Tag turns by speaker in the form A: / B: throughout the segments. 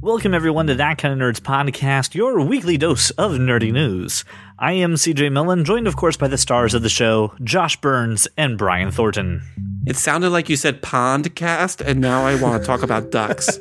A: Welcome, everyone, to That Kind of Nerds podcast, your weekly dose of nerdy news. I am CJ Millen, joined, of course, by the stars of the show, Josh Burns and Brian Thornton.
B: It sounded like you said pondcast, and now I want to talk about ducks.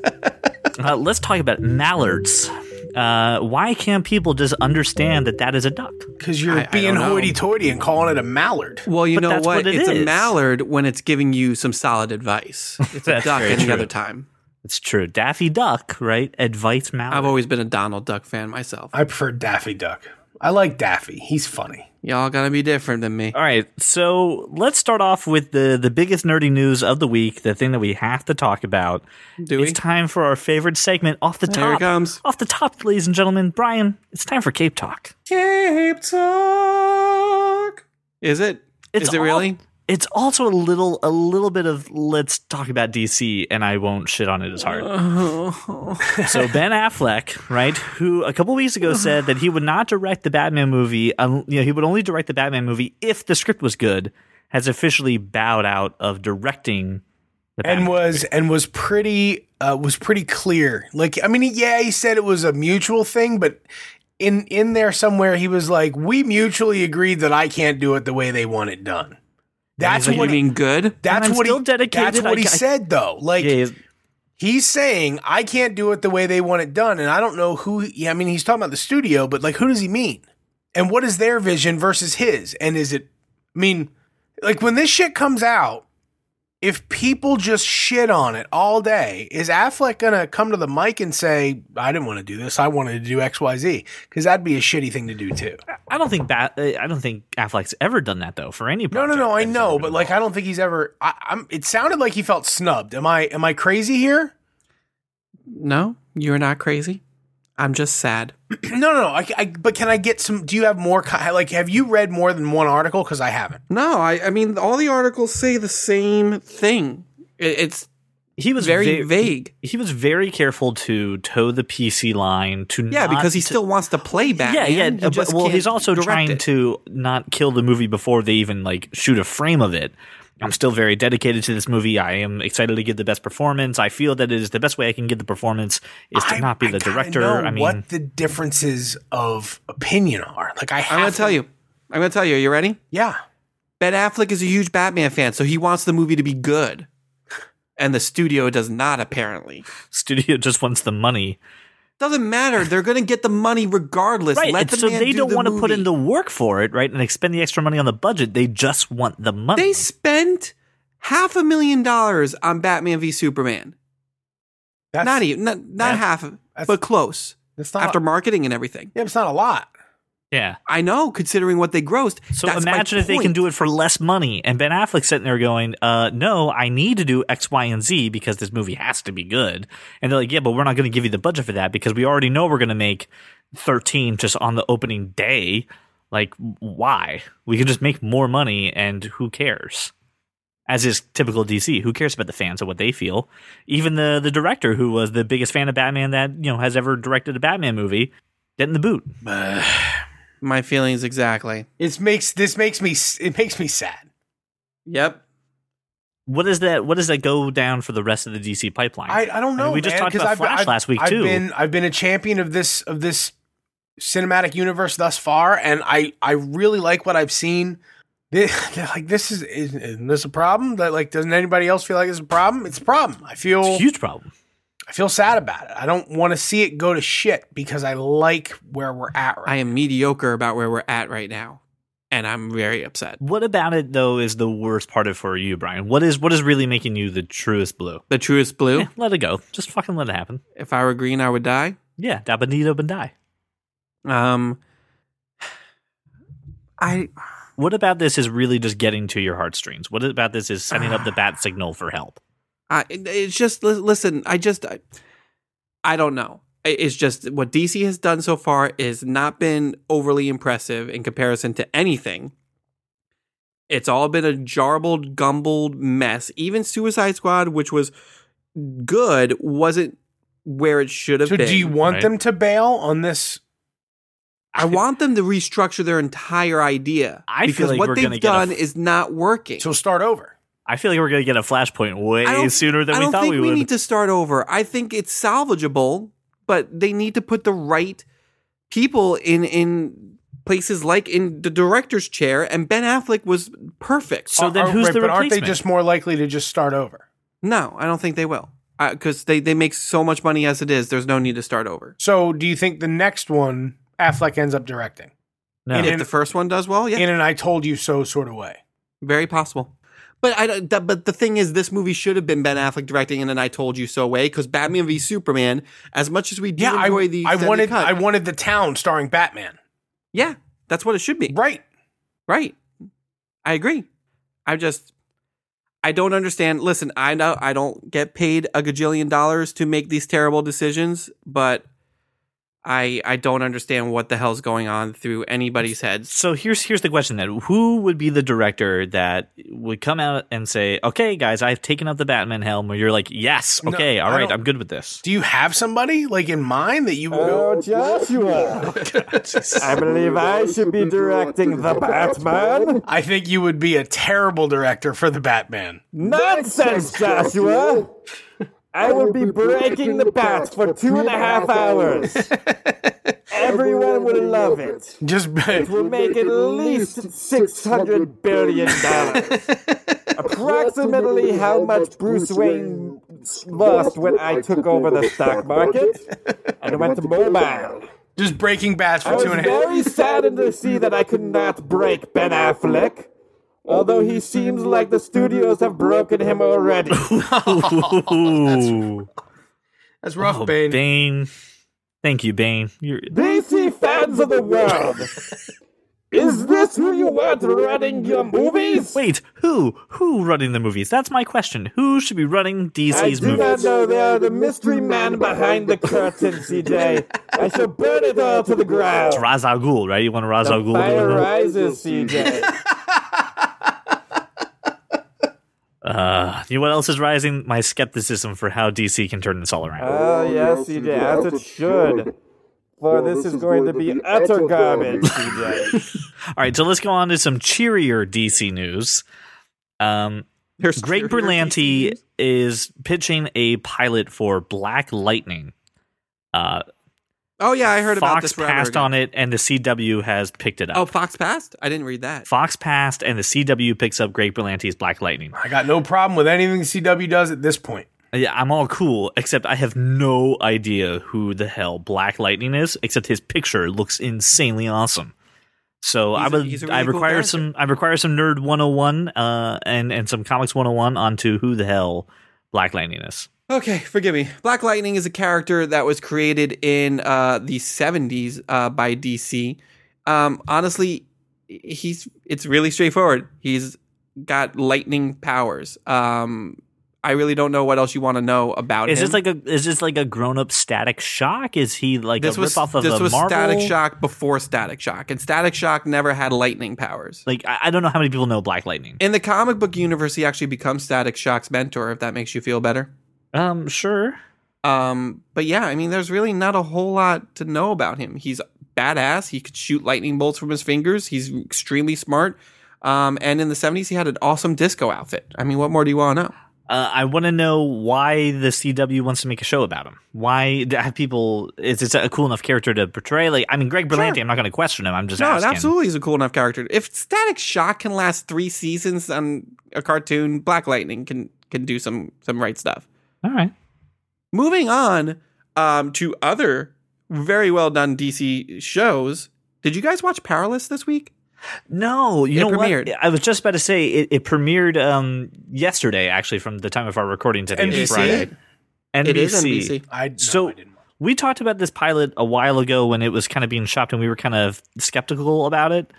A: Uh, let's talk about mallards. Uh, why can't people just understand that that is a duck?
C: Because you're
B: I
C: being
B: don't know.
C: hoity toity and calling it a mallard.
B: Well, you
A: But
B: know
A: that's
B: what?
A: what it
B: it's
A: is.
B: a mallard when it's giving you some solid advice. It's a
A: That's
B: duck
A: very
B: any
A: true.
B: other time.
A: It's true. Daffy Duck, right? Advice
B: I've
A: mallard.
B: always been a Donald Duck fan myself.
C: I prefer Daffy Duck. I like Daffy. He's funny.
B: Y'all gotta be different than me.
A: All right, so let's start off with the the biggest nerdy news of the week, the thing that we have to talk about.
B: Do we?
A: It's time for our favorite segment off the top.
B: There it comes.
A: Off the top, ladies and gentlemen. Brian, it's time for Cape Talk.
B: Cape Talk. Is it? Is
A: It's
B: it
A: all-
B: really?
A: It's also a little a little bit of let's talk about DC and I won't shit on it as hard.
B: Oh.
A: so Ben Affleck, right, who a couple weeks ago said that he would not direct the Batman movie, um, you know, he would only direct the Batman movie if the script was good, has officially bowed out of directing the Batman.
C: And was and was pretty uh, was pretty clear. Like I mean, yeah, he said it was a mutual thing, but in in there somewhere he was like, we mutually agreed that I can't do it the way they want it done. That's
B: So you
C: what he,
B: mean good?
C: that's
A: I'm
C: what
A: still
C: he
A: dedicated,
C: that's what
A: I-
C: he
A: I-
C: said though. Like
A: Yeah, he's-
C: he's saying I can't do it the way they want it done, and I don't know who. Yeah, I mean, he's talking about the studio, but like, who does he mean? And what is their vision versus his? And is it? I mean, like when this shit comes out, if people just shit on it all day, is Affleck gonna come to the mic and say, "I didn't want to do this. I wanted to do X, Y, Z"? Because that'd be a shitty thing to do too.
A: I don't think Bat, I don't think Affleck's ever done that though for any
C: No,
A: project.
C: no, no. I
A: that's
C: know,
A: ever
C: but
A: been
C: like, I
A: involved.
C: don't think he's ever. I, I'm. It sounded like he felt snubbed. Am I? Am I crazy here?
B: No, you're not crazy. I'm just sad.
C: No, no, no. I, I, but can I get some? Do you have more? co- Like, have you read more than one article? Because I haven't.
B: No, I, I mean, all the articles say the same thing. It, it's
A: he was
B: very
A: ve-
B: vague.
A: He was very careful to toe the PC line to
B: Yeah,
A: not
B: because he
A: to-
B: still wants to play
A: yeah
B: Batman.
A: yeah uh,
B: He
A: but-
B: just
A: well
B: can't
A: he's also
B: direct
A: trying
B: it.
A: to not kill the movie before they even like shoot a frame of it. I'm still very dedicated to this movie. I am excited to give the best performance. I feel that it is the best way I can give the performance is to
C: I-
A: not be
C: I
A: the
C: gotta
A: director.
C: know
A: I mean,
C: what the differences of opinion are. Like, I. Have
B: I'm gonna tell you. I'm gonna tell you. Are you ready?
C: Yeah.
B: Ben Affleck is a huge Batman fan, so he wants the movie to be good, and the studio does not. Apparently,
A: studio just wants the money,
B: doesn't matter. They're gonna get the money regardless.
A: right?
B: Let
A: and
B: the
A: so
B: man
A: they
B: do
A: don't
B: the
A: want to put
B: movie.
A: in the work for it, right? And expend the extra money on the budget. They just want the money.
B: They spent half a million dollars on Batman v Superman.
C: That's
B: not even not, not
C: that's-
B: half,
C: that's-
B: but close.
C: It's not.
B: After marketing and everything.
C: yeah, it's not a lot.
A: yeah.
B: I know, considering what they grossed.
A: So imagine if they can do it for less money. And Ben Affleck sitting there going, uh, no, I need to do X, Y, and Z because this movie has to be good. And they're like, yeah, but we're not going to give you the budget for that because we already know we're going to make 13 just on the opening day. Like, why? We could just make more money and who cares? As is typical DC, who cares about the fans and what they feel? Even the the director, who was the biggest fan of Batman that you know has ever directed a Batman movie, getting the boot.
B: My feelings exactly.
C: It makes this makes me. s- It makes me sad.
B: Yep.
A: what is that? What does that go down for the rest of the DC pipeline?
C: I, I don't know.
A: mean, we just
C: man,
A: talked
C: 'cause
A: about
C: I've been-
A: Flash
C: I've-
A: last week,
C: I've
A: too.
C: Been, I've been a champion of this of this cinematic universe thus far, and I I really like what I've seen. This, like this is isn't, isn't this a problem? That like doesn't anybody else feel like it's a problem? It's a problem. I feel
A: it's a huge problem.
C: I feel sad about it. I don't want to see it go to shit because I like where we're at right.
B: I am mediocre about where we're at right now, and I'm very upset.
A: What about it though is the worst part of for you, Brian? What is what is really making you the truest blue?
B: The truest blue.
A: Yeah, let it go. Just fucking let it happen.
B: If I were green, I would die.
A: Yeah, dabanito and die.
B: Um, I
A: What about this is really just getting to your heartstrings? What about this is sending up the bat signal for help?
B: I, it's just li- listen. I just I, I don't know. I- It's just what DC has done so far is not been overly impressive in comparison to anything. It's all been a jarbled, gumbled mess. Even Suicide Squad, which was good, wasn't where it should have
C: So
B: been.
C: do you want
A: right?
C: them to bail on this?
B: I want them to restructure their entire idea
A: I feel
B: because
A: like
B: what
A: we're gonna
B: they've
A: get a
B: done
A: f-
B: is not working.
C: So start over.
A: I feel like we're gonna get a flashpoint
B: I
A: way
B: don't-
A: sooner than
B: I
A: we
B: don't
A: thought
B: think
A: we would.
B: need to start over. I think it's salvageable but they need to put the right people in in places like in the director's chair. And Ben Affleck was perfect.
A: So then,
C: Are-
A: who's
C: Uh, right,
A: the
C: but aren't
A: replacement?
C: they just more likely to just start over?
B: no, I don't think they will because they they make so much money as it is. There's no need to start over.
C: So do you think the next one Affleck ends up directing
A: no.
C: in-
B: If the first one does well, yeah,
C: in an "I told you so" sort of way?
B: Very possible. But I don't, th- but the thing is, this movie should have been Ben Affleck directing in an "I Told You So" way because Batman v Superman. As much as we do
C: Yeah, I,
B: enjoy the
C: I
B: extended
C: wanted
B: cut,
C: I wanted the town starring Batman.
B: yeah, that's what it should be. Right.
C: Right.
B: I agree. I just I don't understand. Listen, I know I don't get paid a gajillion dollars to make these terrible decisions, but I I don't understand what the hell's going on through anybody's heads.
A: so here's here's the question then who would be the director that would come out and say okay guys i've taken up the batman helm where you're like yes
C: No,
A: okay all
C: I
A: right
C: don't-
A: i'm good with this
C: Do you have somebody like in mind that you would go?
B: Uh,
D: Oh, Joshua! I believe I should be directing the Batman.
C: I think you would be a terrible director for the Batman.
D: Nonsense, Joshua! I will be breaking the bat for two and a half hours. Everyone will love it.
C: Just
D: We'll make at least six hundred billion dollars. Approximately how much Bruce Wayne lost when I took over the stock market and went mobile.
C: just breaking bats
D: I
C: for
D: was
C: two and a half.
D: very saddened to see that I could not break Ben Affleck. Although he seems like the studios have broken him already.
A: Ooh.
C: That's rough,
A: Oh,
C: Bane.
A: bane thank you bane you're
D: DC fans of the world, is this who you want running your movies?
A: Wait, who? Who running the movies? That's my question. Who should be running
D: I
A: DC's
D: do not
A: movies?
D: know they are the mystery man behind the curtain, CJ. I shall burn it all to the ground.
A: Ra's al Ghul, right? You want Ra's al Ghul?
D: Fire
A: to
D: rises, CJ.
A: win? Uh, you know what else is rising? My skepticism for how DC can turn this all around.
D: Oh, yes, CJ, as it should. For this is going to be utter garbage, CJ.
A: all right, so let's go on to some cheerier DC news. Um,
B: There's
A: Greg
B: cheerier
A: Berlanti
B: DCs.
A: is pitching a pilot for Black Lightning. Uh,
B: Oh yeah, I heard about
A: Fox
B: this. forever
A: passed
B: ago.
A: on it, and the CW has picked it up.
B: Oh, Fox passed. I didn't read that.
A: Fox passed, and the CW picks up Greg Berlanti's Black Lightning.
C: I got no problem with anything CW does at this point.
A: Yeah, I'm all cool, except I have no idea who the hell Black Lightning is, except his picture looks insanely awesome. So
B: He's
A: I
B: a- he's
A: would
B: a
A: I
B: really cool
A: require
B: character.
A: some I require some nerd 101 uh and and some comics 101 onto who the hell Black Lightning is.
B: Okay, forgive me. Black Lightning is a character that was created in uh, the 70s uh, by DC. Um, honestly, he's it's really straightforward. He's got lightning powers. Um, I really don't know what else you want to know about
A: Is
B: him.
A: this like a is this like a grown up Static Shock? Is he like
B: this
A: a
B: was
A: ripoff of
B: this
A: a
B: was
A: Marvel?
B: Static Shock before Static Shock, and Static Shock never had lightning powers.
A: Like I, I don't know how many people know Black Lightning.
B: In the comic book universe, he actually becomes Static Shock's mentor. If that makes you feel better.
A: Um, sure.
B: Um, but yeah, I mean, there's really not a whole lot to know about him. He's badass. He could shoot lightning bolts from his fingers. He's extremely smart. Um, and in the 70s, he had an awesome disco outfit. I mean, what more do you want to know?
A: Uh, I want to know why the CW wants to make a show about him. Why do- have people? Is it a cool enough character to portray? Like, I mean, Greg Berlanti. I'm not going to question him. I'm just
B: No, it
A: asking.
B: absolutely is a cool enough character. If Static Shock can last three seasons on a cartoon, Black Lightning can can do some some right stuff.
A: All right.
B: Moving on um, to other very well done DC shows. Did you guys watch Powerless this week?
A: No, you
B: It
A: know
B: premiered.
A: what? I was just about to say it, it premiered um, yesterday, actually, from the time of our recording today,
C: NBC?
A: Friday. NBC.
B: It is NBC.
C: I no,
A: So-
C: I didn't.
A: We talked about this pilot a while ago when it was kind of being shopped, and we were kind of skeptical about it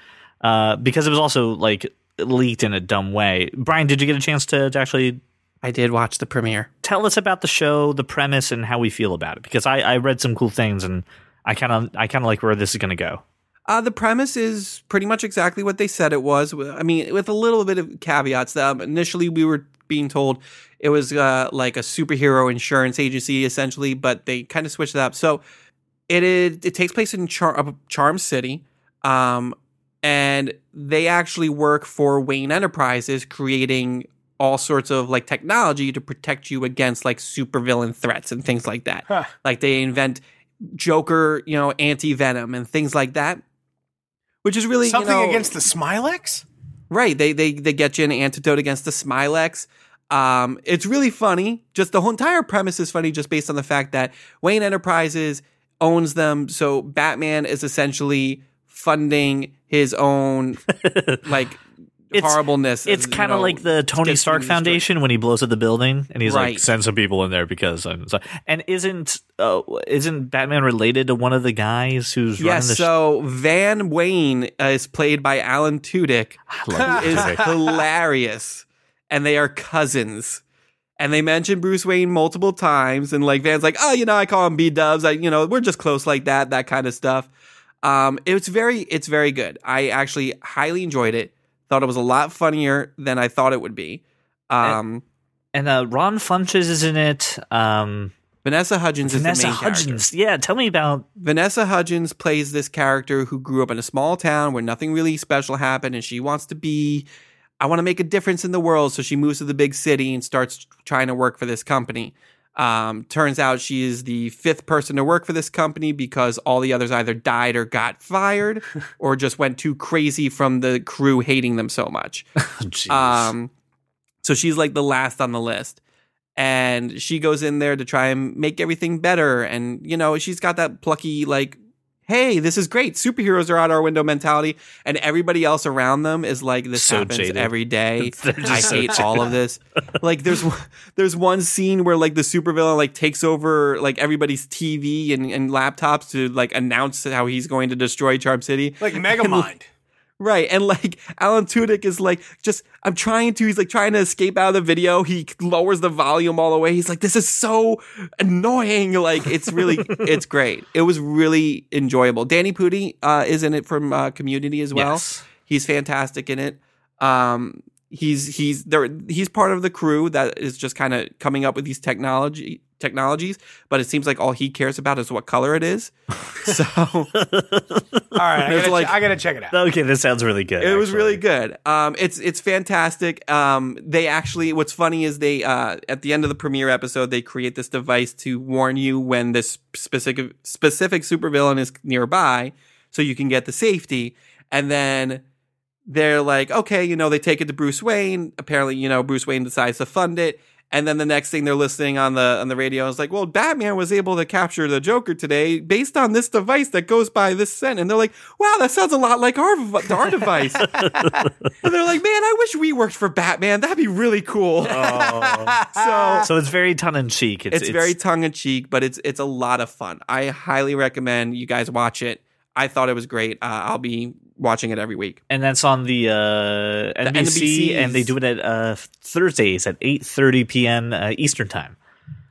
A: uh, because it was also like leaked in a dumb way. Brian, did you get a chance to, to actually
B: I did watch the premiere.
A: tell us about the show, the premise, and how we feel about it. Because I, I read some cool things, and I kind of I kind of like where this is going to go.
B: Uh, the premise is pretty much exactly what they said it was. I mean, with a little bit of caveats. Um, initially, we were being told it was uh, like a superhero insurance agency, essentially, but they kind of switched it up. So it is, it takes place in Char- uh, Charm City, um, and they actually work for Wayne Enterprises, creating all sorts of like technology to protect you against like supervillain threats and things like that.
C: Huh.
B: Like they invent Joker, you know, anti venom and things like that, which is really you
C: Something
B: know-
C: against the Smilex?
B: Right. They they they get you an antidote against the Smilex. Um, it's really funny. Just the whole entire premise is funny, just based on the fact that Wayne Enterprises owns them. So Batman is essentially funding his own like
A: It's-
B: horribleness.
A: It's
B: you
A: kind of
B: know,
A: like the Tony
B: gets
A: Stark
B: being destroyed.
A: Foundation when he blows up the building and he's like
B: Right.
A: send some people in there because I'm so-" and isn't uh, isn't Batman related to one of the guys who's
B: Yes.
A: running the
B: so Van Wayne uh, is played by Alan Tudyk.
A: sh- I love
B: is
A: this movie.
B: hilarious. And they are cousins. And they mention Bruce Wayne multiple times. And like Van's like, oh, you know, I call him B dubs. I, you know, we're just close like that, that kind of stuff. Um, it's very, it's very good. I actually highly enjoyed it. Thought it was a lot funnier than I thought it would be.
A: Eh.
B: Um,
A: and uh, Ron Funches is in it. Um,
B: Vanessa Hudgens is the
A: Vanessa
B: main character.
A: Hudgens. Yeah, tell me about
B: Vanessa Hudgens plays this character who grew up in a small town where nothing really special happened, and she wants to be, I want to make a difference in the world. So she moves to the big city and starts trying to work for this company. Um, turns out she is the fifth person to work for this company because all the others either died or got fired or just went too crazy from the crew hating them so much.
A: Jeez.
B: Um, so she's like the last on the list. And she goes in there to try and make everything better. And, you know, she's got that plucky, like, hey, this is great. Superheroes are out our window mentality. And everybody else around them is like, this
A: So
B: happens
A: jaded.
B: every day.
A: They're just
B: I
A: so
B: hate all of this. Like, there's one- there's one scene where, like, the supervillain, like, takes over, like, everybody's TV and, and laptops to, like, announce how he's going to destroy Charm City.
C: Like Megamind.
B: Right. And like Alan Tudyk is like, just, I'm trying to, he's like trying to escape out of the video. He lowers the volume all the way. He's like, this is so annoying. Like, it's really, it's great. It was really enjoyable. Danny Pudi uh, is in it from uh, Community as well.
A: Yes.
B: He's fantastic in it. Um, he's he's there. He's part of the crew that is just kind of coming up with these technology technologies. But it seems like all he cares about is what color it is. So
C: All right, I
B: There's
C: gotta,
B: like-
C: I gotta check it out.
A: okay, this sounds really good.
B: It was
A: actually.
B: really good. Um, it's it's fantastic. Um, they actually, what's funny is they uh, at the end of the premiere episode, they create this device to warn you when this specific specific supervillain is nearby, so you can get the safety. And then they're like, okay, you know, they take it to Bruce Wayne. Apparently, you know, Bruce Wayne decides to fund it. And then the next thing they're listening on the on the radio is like, well, Batman was able to capture the Joker today based on this device that goes by this scent. And they're like, wow, that sounds a lot like our v- our device. and they're like, man, I wish we worked for Batman. That'd be really cool. so
A: So it's very tongue in cheek. Oh. It's,
B: it's, very tongue in cheek, but it's it's a lot of fun. I highly recommend you guys watch it. I thought it was great. Uh, I'll be watching it every week.
A: and that's on the, uh, NBC, and they do it at uh, Thursdays at eight thirty p.m. Uh, Eastern time.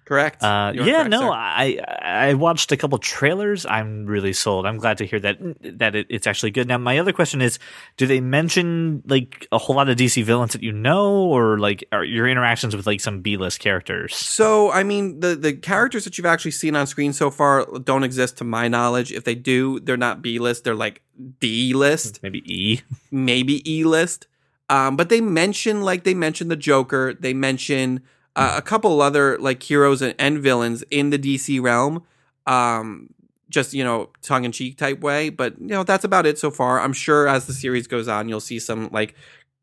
B: Correct?
A: Uh,
B: You are
A: yeah,
B: correct,
A: no,
B: sir.
A: I I I watched a couple trailers. I'm really sold. I'm glad to hear that that it, it's actually good. Now, my other question is, do they mention like a whole lot of DC villains that you know, or like are your interactions with like some B-list characters?
B: So, I mean, the the characters that you've actually seen on screen so far don't exist to my knowledge. If they do, they're not B list. They're like D list,
A: Maybe E.
B: maybe E list. Um, but they mention like they mention the Joker. They mention uh, a couple other like heroes and, and villains in the DC realm. Um, just you know, tongue in cheek type way. But you know, that's about it so far. I'm sure as the series goes on, you'll see some like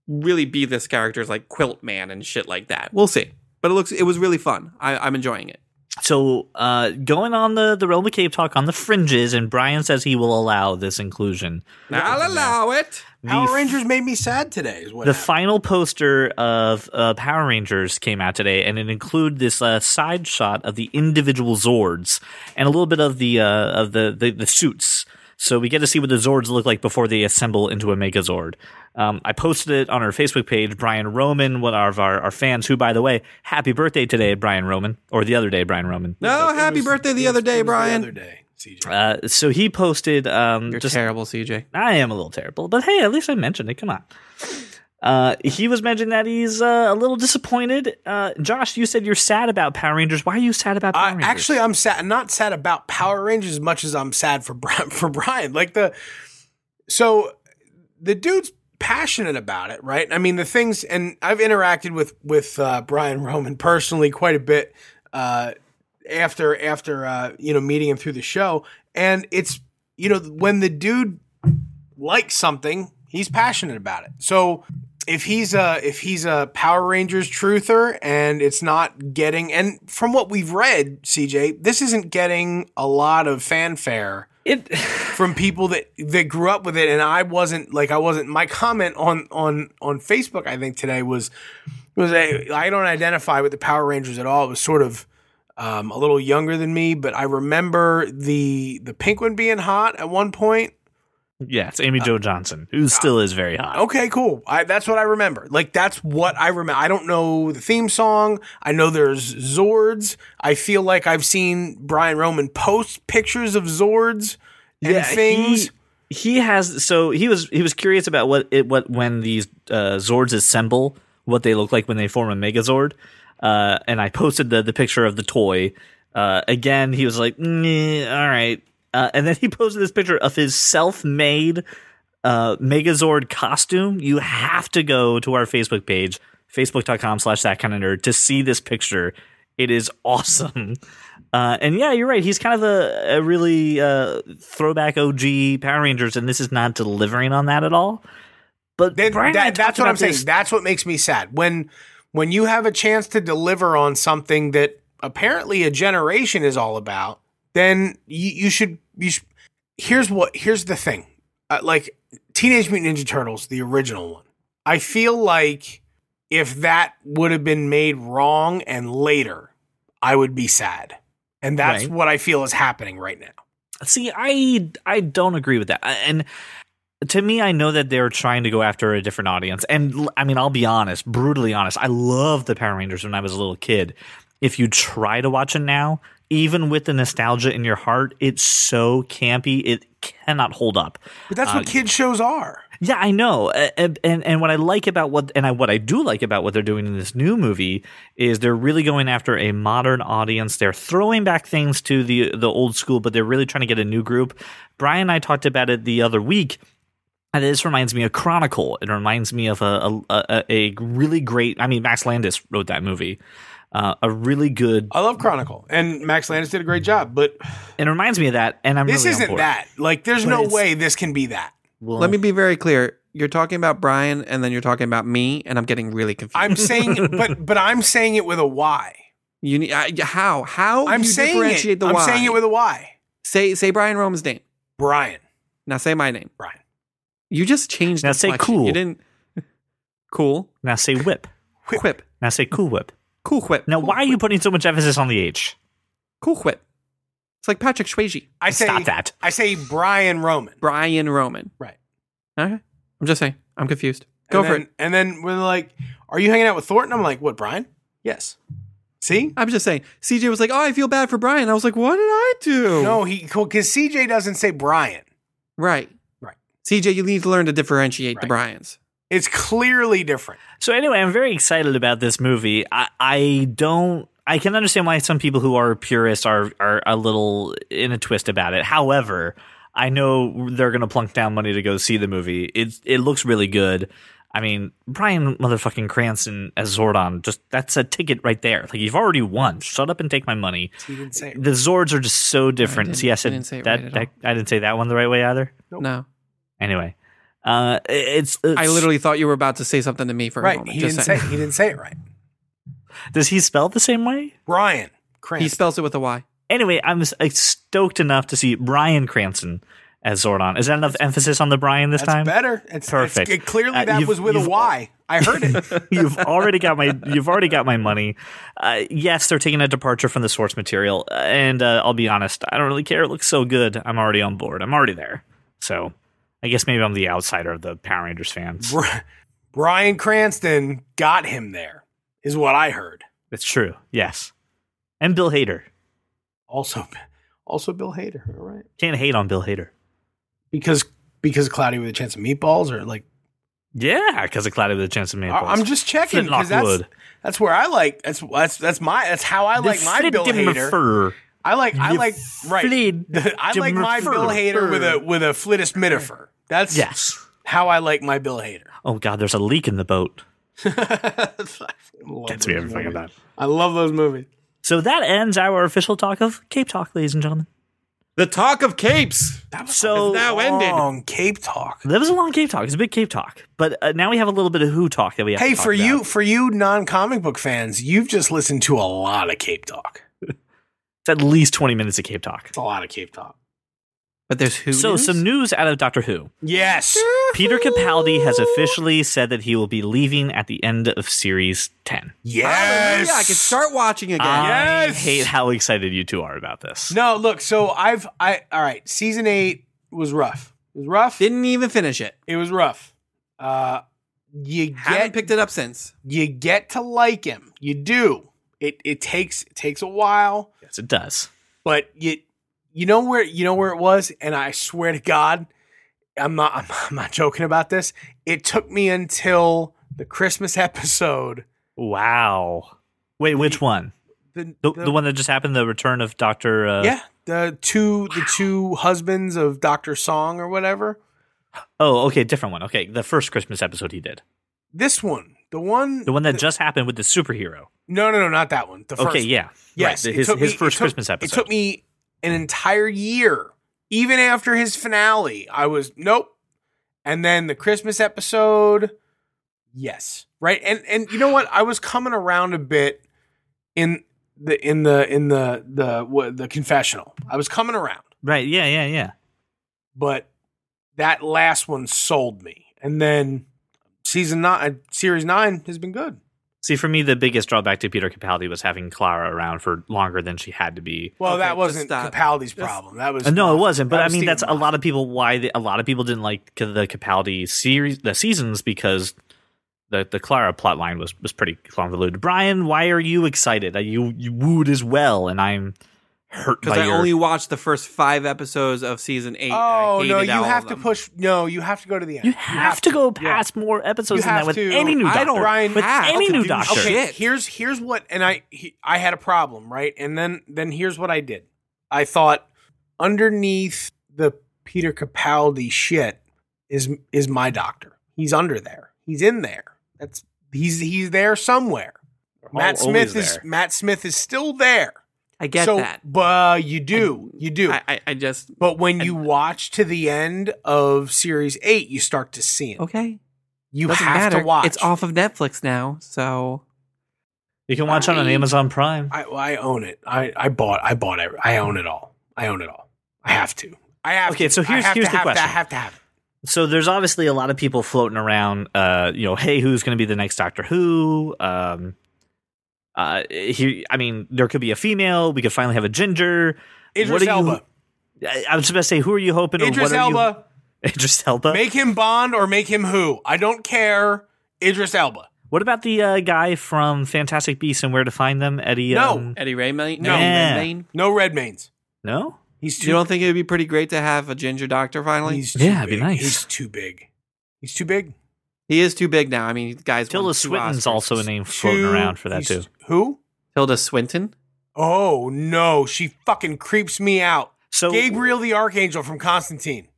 B: really B list characters like Quilt Man and shit like that. We'll see. But it looks it was really fun. I, I'm enjoying it.
A: So, uh, going on the the realm of cave talk on the fringes, and Brian says he will allow this inclusion.
B: I'll allow it.
A: The
C: Power Rangers made me sad today. Is what
A: The
C: happened.
A: final poster of uh, Power Rangers came out today, and it included this uh, side shot of the individual Zords and a little bit of the uh, of the, the the suits. So we get to see what the Zords look like before they assemble into a Megazord. Um, I posted it on our Facebook page. Brian Roman, one of our, our fans, who, by the way, happy birthday today, Brian Roman, or the other day, Brian Roman.
B: No, happy birthday the other day,
C: It was
B: Brian.
C: The other day, CJ.
A: Uh, so he posted um,
B: You're
A: just
B: terrible, CJ.
A: I am a little terrible, but hey, at least I mentioned it. Come on. Uh, he was mentioning that he's uh, a little disappointed. Uh, Josh, you said you're sad about Power Rangers. Why are you sad about Power
C: I,
A: Rangers?
C: actually, I'm sad. Not sad about Power Rangers as much as I'm sad for Brian, for Brian. Like the so the dude's passionate about it, right? I mean, the things, and I've interacted with with uh, Brian Roman personally quite a bit. Uh, after after uh, you know meeting him through the show, and it's you know when the dude likes something, he's passionate about it. So if he's a if he's a Power Rangers truther and it's not getting and from what we've read, CJ, this isn't getting a lot of fanfare
A: It
C: from people that that grew up with it and I wasn't like I wasn't my comment on on on Facebook I think today was was a, I don't identify with the Power Rangers at all. It was sort of um, a little younger than me, but I remember the the pink one being hot at one point.
A: yeah, it's
C: Uh,
A: Amy Jo Johnson, who still is very hot.
C: Okay, cool. I, that's what I remember. Like that's what I remember. I don't know the theme song. I know there's Zords. I feel like I've seen Brian Roman post pictures of Zords and things.
A: He, he has so he was he was curious about what it what when these uh, Zords assemble, what they look like when they form a Megazord, uh, and I posted the the picture of the toy. Uh, again, he was like, "Nyeh, "All right," uh, and then he posted this picture of his self made uh, Megazord costume. You have to go to our Facebook page, facebook.com slash that kind of nerd, to see this picture. It is awesome. Uh, and yeah, you're right. He's kind of a, a really uh, throwback OG Power Rangers, and this is not delivering on that at all. But
C: Then
A: Brian and I
C: that,
A: talked
C: that's what
A: about
C: I'm saying.
A: this-
C: That's what makes me sad when when you have a chance to deliver on something that apparently a generation is all about. Then you, you should you should, here's what here's the thing. Uh, like Teenage Mutant Ninja Turtles, the original one. I feel like if that would have been made wrong and later, I would be sad. And that's
A: Right.
C: what I feel is happening right now.
A: See, I I don't agree with that. I- And to me, I know that they're trying to go after a different audience. And l- I mean, I'll be honest, brutally honest. I loved the Power Rangers when I was a little kid. If you try to watch it now, even with the nostalgia in your heart, it's so campy. It cannot hold up.
C: But that's what kids shows are.
A: Yeah, I know. A- And and, and what I like about what and I, what I do like about what they're doing in this new movie is they're really going after a modern audience. They're throwing back things to the the old school, but they're really trying to get a new group. Brian and I talked about it the other week. And this reminds me of Chronicle. It reminds me of a a, a, a really great. I mean, Max Landis wrote that movie. Uh, a really good.
C: I love Chronicle, and Max Landis did a great job. But
A: It reminds me of that, and I'm
C: This
A: really on
C: isn't
A: board.
C: that. Like, there's
A: But
C: no
A: it's-
C: way this can be that.
A: Well,
B: Let me be very clear. You're talking about Brian, and then you're talking about me, and I'm getting really confused.
C: I'm saying, but but I'm saying it with a Y.
B: you need I, how how
C: I'm
B: you
C: saying
B: differentiate
C: it.
B: the
C: I'm
B: why?
C: saying it with a Y.
B: say say Brian Rome's name.
C: Brian.
B: Now say my name.
C: Brian.
B: You just changed.
A: Now say
B: inflection.
A: cool.
B: You didn't. Cool.
A: now say whip.
C: Whip.
B: Quip.
A: Now say cool whip.
B: Cool quip.
A: Now,
B: cool,
A: why are you putting so much emphasis on the H?
B: Cool quip. It's like Patrick Swayze.
C: I say
A: Stop that.
C: I say Brian Roman.
B: Brian Roman.
C: Right.
B: Okay. I'm just saying. I'm confused. Go
C: and
B: for
C: then,
B: it.
C: And then we're like, "Are you hanging out with Thornton?" I'm like, "What, Brian?" Yes. See?
B: I'm just saying. CJ was like, "Oh, I feel bad for Brian." I was like, "What did I do?"
C: No, he because CJ doesn't say Brian.
B: Right.
C: Right.
B: CJ, you need to learn to differentiate the Bryans.
C: It's clearly different.
A: So anyway, I'm very excited about this movie. I, I don't. I can understand why some people who are purists are are a little in a twist about it. However, I know they're going to plunk down money to go see the movie. It it looks really good. I mean, Brian motherfucking Cranston as Zordon, just that's a ticket right there. Like you've already won. Shut up and take my money.
C: He didn't say it.
A: The Zords are just so different.
B: didn't-
A: see, I
B: I
A: said
B: didn't say it
A: that,
B: right at
A: that I didn't say that one the right way either.
B: No.
A: Anyway, uh, it- it's, it's
B: I literally thought you were about to say something to me for a
C: Right.
B: moment.
C: He
B: just
C: didn't say
B: saying.
C: he didn't say it right.
A: does he spell it the same way?
C: Brian.
B: He
C: Cranston.
B: spells it with a Y.
A: anyway, I'm s- like, stoked enough to see Brian Cranston as Zordon. Is that enough emphasis on the Brian this
C: That's
A: time?
C: better. It's
A: Perfect.
C: It's, it, clearly,
A: Uh,
C: that
A: you've-
C: was with a
A: you've-
C: Y. I heard it.
A: you've already got my you've already got my money. Uh, yes, they're taking a departure from the source material, uh, and uh, I'll be honest, I don't really care. It looks so good. I'm already on board. I'm already there. So I guess maybe I'm the outsider of the Power Rangers fans.
C: Bri- Brian Cranston got him there, is what I heard.
A: It's true. Yes, and Bill Hader
C: Also, also Bill Hader. All right,
A: can't hate on Bill Hader.
C: because because Cloudy with a Chance of Meatballs, or like
A: Yeah, because Ah, of Cloudy with a Chance of Meatballs.
C: I- I'm just checking
A: Flintlock
C: because that's
A: Wood.
C: that's where I like that's that's that's my that's how I like my Bill Hader.
A: Fur.
C: I like I
A: The
C: like right.
A: Flint-
C: I like my
A: Dimmer-
C: Bill Hader with a
B: Fur.
C: with a flitus mitifer. That's
A: Yes.
C: how I like my Bill
A: Oh God, there's a leak in the boat.
C: Hader.
A: Gets me every fucking time.
C: I love those movies.
A: So that ends our official talk of Cape Talk, ladies and gentlemen.
B: The talk of capes.
A: So
B: Is that- Now ended.
C: Long Cape Talk.
A: that was a long Cape Talk. It's a big Cape Talk. But uh, now we have a little bit of Who Talk that we have to
C: Hey,
A: talk
C: for
A: about.
C: you, for you non-comic book fans, you've just listened to a lot of Cape Talk.
A: It's at least 20 minutes of Cape Talk.
C: It's a lot of Cape Talk.
B: But there's who?
A: So,
B: news?
A: some news out of Doctor Who.
C: Yes.
A: Peter Capaldi has officially said that he will be leaving at the end of series 10.
C: Yes.
B: Hallelujah, I can start watching again.
A: I
C: Yes!
A: hate how excited you two are about this.
C: No, look. So I've I all right. Season eight was rough. It was rough.
B: Didn't even finish it.
C: it was rough. Uh, you
B: Haven't
C: get
B: picked it up since.
C: you get to like him. You do. It it takes it takes a while,
A: Yes, it does.
C: but you you know where you know where it was, and I swear to God, I'm not I'm, I'm not joking about this. It took me until the Christmas episode.
A: Wow. Wait, which one?
C: The
A: The, the, one that just happened, the return of Doctor. Uh,
C: yeah the two the two husbands of Doctor Song or whatever.
A: Oh, okay, different one. Okay, the first Christmas episode he did,
C: This one, the one
A: the one that just happened with the superhero.
C: No, no, no, not that one. The first.
A: Okay,
C: one.
A: yeah,
C: Yes,
A: right,
C: it
A: his
C: took
A: his
C: me- it
A: first
C: took-
A: Christmas episode.
C: It took me an entire year, even after his finale. I was nope, and then the Christmas episode. Yes, right, and and you know what? I was coming around a bit in the in the in the the what, the confessional. I was coming around,
A: right, yeah, yeah, yeah.
C: but that last one sold me, and then season nine, series nine has been good.
A: See, for me, the biggest drawback to Peter Capaldi was having Clara around for longer than she had to be.
C: Well,
B: Okay,
C: that
B: just
C: wasn't
B: stop.
C: Capaldi's problem. That was
A: Uh, no, it wasn't. But
C: that
A: I
C: was
A: mean,
C: Stephen
A: that's a
C: Moffat.
A: lot of people why the, a lot of people didn't like c- the Capaldi series, the seasons, because the the Clara plot line was was pretty convoluted. Brian, why are you excited? Uh, You you wooed as well, and I'm hurt
B: Because
A: by
B: I
A: your.
B: only watched the first five episodes of season eight. and I
C: Oh no,
B: hated
C: you
B: all of
C: have to
B: them.
C: push. No, you have to go to the end.
A: you have to go past more episodes
C: You
A: than that
C: have
A: with
C: to.
A: any new
C: I
A: doctor.
C: don't- Brian,
A: with
B: how
A: any
B: to
A: new
B: do
A: doctor.
B: shit.
C: Okay, here's here's what, and I he, I had a problem, right? And then then here's what I did. I thought underneath the Peter Capaldi shit is is my doctor. He's under there. He's in there. That's he's he's there somewhere. Matt
A: all always
C: Smith is
A: there.
C: Matt Smith is still there.
B: I get
C: so,
B: that.
C: but you do, you do.
B: I, I, I just
C: But when you watch to the end of series eight, you start to see him.
B: okay.
C: You have
B: Doesn't matter.
C: to watch.
B: It's off of Netflix now, so
A: You can watch it on
B: Fine.
A: Amazon Prime.
C: I, well, I own it. I, I bought. I bought. Every, I own it all. I own it all. I have to. I have.
A: Okay,
C: to.
A: so
C: I
A: here's-
C: have
A: here's
C: to,
A: the
C: have
A: question.
C: To, I have to have it.
A: So there's obviously a lot of people floating around, uh, you know, hey, who's going to be the next Doctor Who? Um, uh, he, I mean, there could be a female. We could finally have a ginger.
C: Idris
A: are
C: Elba.
A: You, I, I was just about to say, who are you hoping? or
C: Idris
A: what are you-
C: Elba.
A: Idris Elba.
C: Make him Bond or make him who? I don't care. Idris Elba.
A: what about the uh, guy from Fantastic Beasts and Where to Find Them? Eddie.
C: No.
A: um,
B: Eddie Redmayne.
C: No.
B: Eddie
A: Yeah.
B: Redmayne.
C: No red mains.
A: no.
C: He's too.
B: You don't think it would be pretty great to have a ginger doctor finally?
C: he's too
A: Yeah, it'd be
C: big.
A: nice.
C: He's too big. He's too big.
B: he is too big now. I mean, guys.
A: Tilda
B: won two
A: Swinton's
B: Oscars.
A: also a name floating
C: Too-
A: around for that too.
C: he's- Who?
B: Tilda Swinton.
C: Oh no, she fucking creeps me out.
A: So
C: Gabriel the Archangel from Constantine.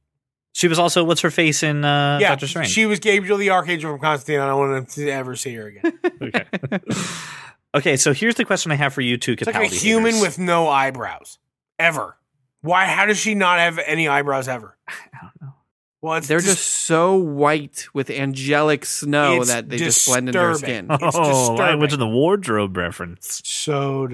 A: she was also what's her face in uh,
C: yeah,
A: Doctor Strange?
C: she was Gabriel the Archangel from Constantine. I don't want to ever see her again. It's
A: okay. okay, so here's the question I have for you two Capaldi.
C: like a human
A: haters.
C: with no eyebrows ever. Why? How does she not have any eyebrows ever? I don't know. Well, it's
B: They're
C: dis-
B: just so white with angelic snow
C: It's
B: that they just blend into their
C: disturbing.
B: skin.
C: It's
A: Oh,
C: disturbing.
A: language in the wardrobe reference.
C: so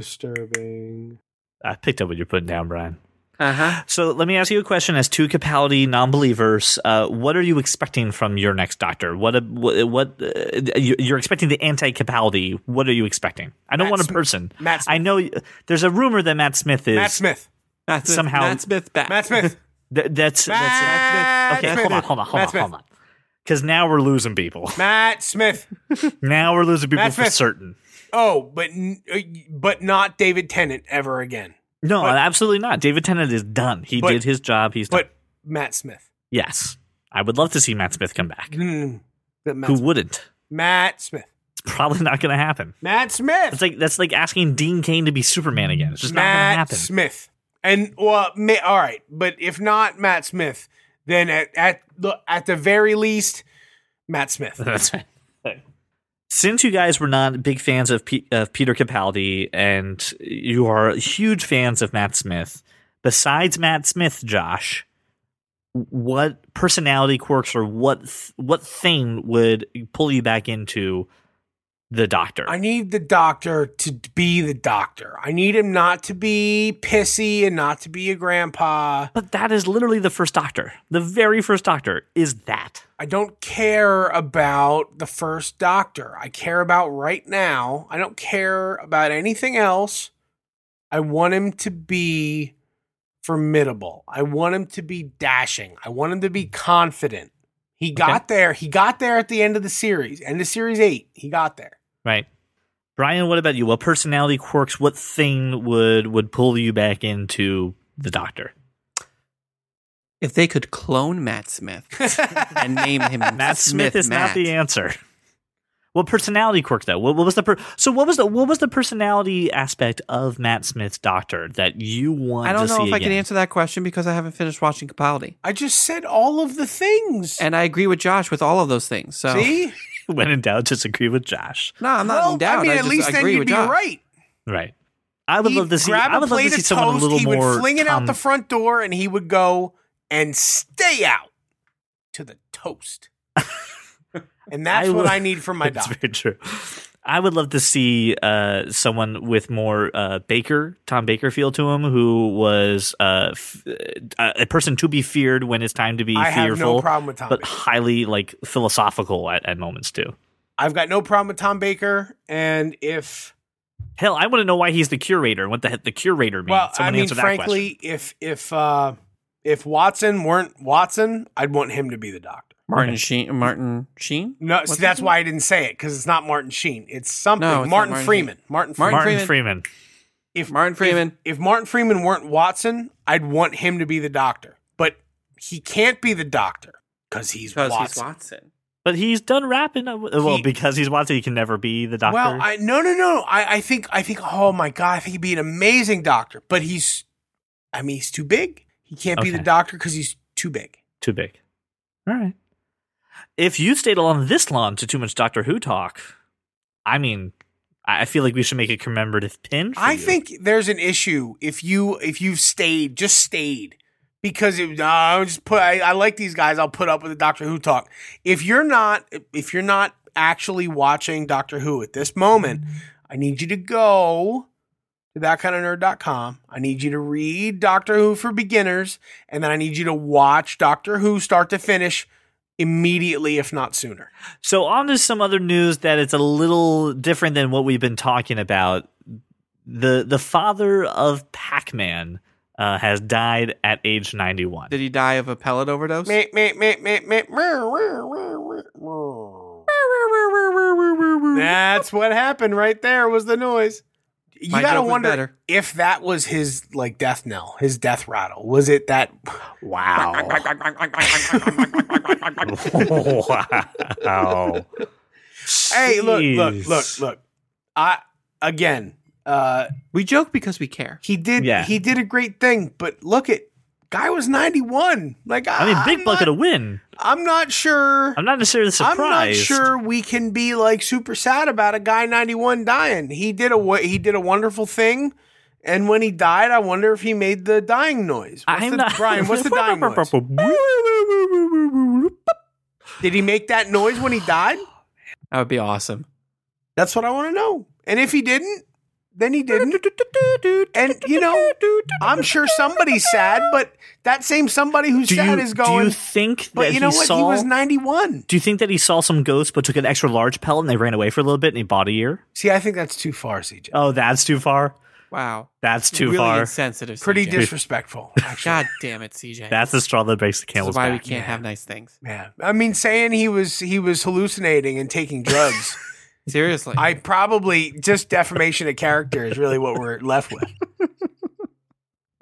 C: disturbing.
A: I picked up what you're putting down, Brian.
B: Uh huh.
A: So let me ask you a question: As two Capaldi non-believers, uh, what are you expecting from your next Doctor? What? A, what? what uh, you- you're expecting the anti-Capaldi. What are you expecting? I don't
C: Matt
A: want a
C: Smith.
A: person.
C: Matt Smith.
A: I know there's a rumor that Matt Smith is.
C: Matt Smith.
B: Matt Smith,
A: Somehow-
B: Matt Smith back.
C: Matt Smith.
A: Th- that's, that's
C: Matt
A: okay.
C: Smith.
A: Hold on, hold on, hold
C: Matt
A: on,
C: Smith.
A: hold on. Because now we're losing people.
C: Matt Smith.
A: Now we're losing people
C: Matt
A: for
C: Smith.
A: certain.
C: Oh, but n- uh, but not David Tennant ever again.
A: No,
C: But-
A: absolutely not. David Tennant is done. He
C: But-
A: did his job. He's done.
C: But Matt Smith.
A: Yes. I would love to see Matt Smith come back.
C: Mm. But Matt
A: Who
C: Smith.
A: wouldn't?
C: Matt Smith.
A: It's probably not going to happen.
C: Matt Smith.
A: It's like that's like asking Dean Kane to be Superman again. It's just
C: Matt
A: not going to happen.
C: Smith. And well, ma- all right, but if not Matt Smith, then at at the at the very least, Matt Smith.
A: That's right. since you guys were not big fans of, P- of Peter Capaldi and you are huge fans of Matt Smith, besides Matt Smith, Josh, what personality quirks or what th- what thing would pull you back into the doctor?
C: I need the doctor to be the doctor. I need him not to be pissy and not to be a grandpa.
A: but that is literally the first doctor. The very first doctor is that.
C: I don't care about the first doctor. I care about right now. I don't care about anything else. I want him to be formidable. I want him to be dashing. I want him to be confident. He got there. He got there at the end of the series, end of series eight. He got there.
A: Right. Brian, what about you? What personality quirks, what thing would would pull you back into the doctor?
B: If they could clone Matt Smith and name him
A: Matt Smith, is
B: Matt.
A: not the answer. What personality quirk though? What, what was the per- so what was the what was the personality aspect of Matt Smith's doctor that you want
B: I don't
A: to
B: know
A: see
B: if I
A: again?
B: can answer that question because I haven't finished watching Capaldi.
C: I just said all of the things.
B: And I agree with Josh with all of those things. So
C: See?
A: when in doubt, disagree with Josh.
B: no, I'm not
C: well,
B: in doubt.
C: I mean, at
B: just
C: least then
B: agree
C: you'd
B: with
C: be
B: Josh.
C: right.
A: Right. I would
C: He'd
A: love to see.
C: grab
A: I
C: a
A: would love to
C: plate
A: see
C: of
A: someone a
C: toast,
A: little
C: he
A: more.
C: would fling it out the
A: com-
C: front door, and he would go and stay out to the toast. and that's
A: I
C: what
A: will-
C: I need from my
A: That's
C: doctor.
A: very true. I would love to see uh, someone with more uh, Baker, Tom Baker feel to him, who was uh, f- uh, a person to be feared when it's time to be
C: I have
A: fearful,
C: no problem with Tom.
A: but
C: Baker.
A: highly like philosophical at, at moments too.
C: I've got no problem with Tom Baker, and if
A: Hell, I want to know why he's the curator and what the heck the curator means.
C: well,
A: Someone
C: I mean,
A: answer that
C: frankly, if if uh, if Watson weren't Watson, I'd want him to be the doctor.
B: Martin Sheen. Martin Sheen.
C: No,
B: What's
C: see,
B: his
C: that's
B: name?
C: why I didn't say it because it's not Martin Sheen. It's something
B: No, it's not
C: Martin,
B: Martin
C: Freeman. Martin
A: question.
C: Freeman.
A: Martin
B: Freeman.
A: Freeman.
C: if
B: Martin Freeman.
C: If, if Martin Freeman weren't Watson, I'd want him to be the doctor. But he can't be the doctor because he's
B: Because
C: Watson.
B: he's Watson.
A: But he's done rapping. uh, Well,
C: He-
A: because he's Watson, he can never be the doctor.
C: Well, I no no no. I, I think I think oh my god, I think he'd be an amazing doctor. But he's I mean he's too big. He can't be the
A: Okay.
C: doctor because he's too big.
A: too big. All right. If you stayed along this long to too much Doctor Who talk, I mean, I I feel like we should make a commemorative pin. For
C: I
A: you.
C: think there's an issue if you if you've stayed, just stayed because it, uh, I just put I, I like these guys. I'll put up with the Doctor Who talk. If you're not if you're not actually watching Doctor Who at this moment, I need you to go to thatkindofnerd.com. I need you to read Doctor Who for beginners, and then I need you to watch Doctor Who start to finish immediately, if not sooner.
A: so. On to some other news that it's a little different than what we've been talking about. the The father of Pac Man uh, has died at age ninety one.
B: Did he die of a pellet overdose?
C: Meh, meh, meh, meh, meh, meow, meow, meow, meow, meow. That's what happened right there was the noise. You
B: My
C: gotta
B: joke was
C: wonder
B: better.
C: if that was his like death knell, his death rattle. Was it that? Wow.
A: wow.
C: hey, look, look,
A: Jeez.
C: look, look. I again, uh,
B: We joke because we care.
C: he did
A: Yeah.
C: he did a great thing, but look at guy was ninety one. Like
A: I mean, big
C: am
A: bucket
C: Not,
A: of win.
C: I'm not sure.
A: I'm not necessarily surprised.
C: I'm not sure we can be like super sad about a guy 91 dying. He did a wa- he did a wonderful thing, and when he died, I wonder if he made the dying noise. What's
A: I'm
C: the,
A: not
C: Brian, what's the dying noise? Did he make that noise when he died?
B: That would be awesome.
C: That's what I want to know. And if he didn't, then he didn't. And you know, I'm sure somebody's sad, but that same somebody who's
A: do
C: sad
A: you,
C: is going.
A: do you think
C: but
A: that
C: you know
A: he
C: what?
A: saw?
C: He was 91.
A: do you think that he saw some ghosts but took an extra large pellet and they ran away for a little bit and he bought a year?
C: See, I think that's too far, CJ.
A: Oh, that's too far.
B: Wow.
A: That's too
B: really
A: far.
B: insensitive.
C: Pretty
B: CJ.
C: disrespectful, actually.
B: God damn it, CJ.
A: That's the straw that breaks the
B: this
A: camel's
B: is why we
A: back.
B: can't
C: yeah.
B: have nice things.
C: Yeah, I mean, saying he was he was hallucinating and taking drugs.
B: Seriously.
C: I probably just defamation of character is really what we're left with.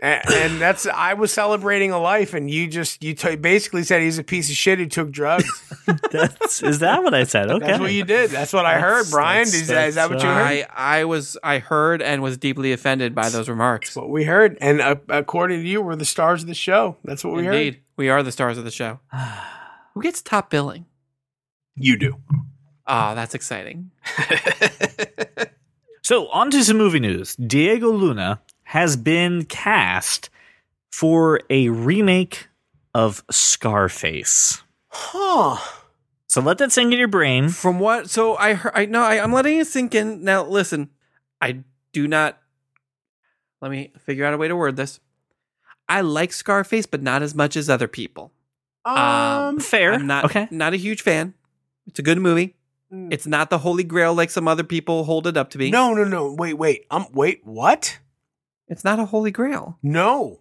C: And, and that's I was celebrating a life, and you just you t- basically said he's a piece of shit who took drugs.
A: That's, is that what I said? Okay.
C: That's what you did. That's what I heard,
A: That's-
C: Brian.
A: that's-
C: Is, that is that what you heard?
B: I, I was I heard and was deeply offended by those remarks.
C: what we heard, and uh, according to you, we're the stars of the show. That's what we heard.
B: Indeed, we are the stars of the show. Who gets top billing?
C: You do.
B: Ah, that's exciting.
A: So, on to some movie news. Diego Luna has been cast for a remake of Scarface.
C: Huh.
A: So, let that sink in your
C: Hmm?
A: brain.
B: From what? So I heard. I know. I, I'm letting it sink in. Now listen. I do not. Let me figure out a way to word this. I like Scarface, but not as much as other people. Um,
C: Um,
A: Fair.
B: I'm not
A: okay.
B: not a huge fan. It's a good movie.
C: Mm.
B: It's not the holy grail like some other people hold it up to be.
C: no, no, no. Wait, wait. Um, wait. What?
B: it's not a holy grail.
C: No,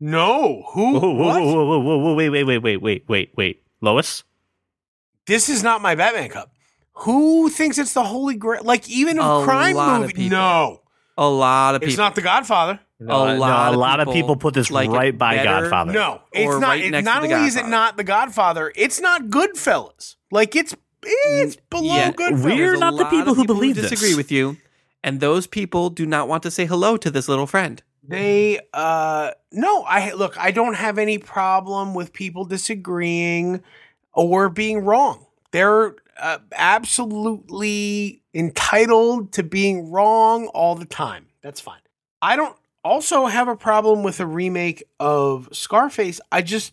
C: no. Who?
A: Whoa, whoa,
C: what?
A: whoa, whoa, whoa, whoa, whoa, wait, wait, wait, wait, wait, wait, wait. Lois?
C: This is not my Batman cup. Who thinks it's the Holy Grail? Like even a,
B: A
C: crime
B: lot of
C: movie?
B: people.
C: No,
B: A lot of people.
C: it's not the Godfather.
A: No, no,
B: lot
A: a
B: of
A: lot of
B: people
A: people put this
B: like it
A: right by
B: better.
A: Godfather.
C: No, it's
B: Or
C: not.
B: right
C: it-
B: next
C: not
B: to The
C: only is it
B: Godfather.
C: not the Godfather, it's not Goodfellas. Like it's it's below
B: yeah,
C: Goodfellas.
A: we're
B: There's a
A: not the
B: lot
A: people
B: of
A: who believe this.
B: disagree with you, and those people do not want to say hello to this little friend.
C: They uh no, I look, I don't have any problem with people disagreeing or being wrong. They're uh, absolutely entitled to being wrong all the time. That's fine. I don't also have a problem with a remake of Scarface. I just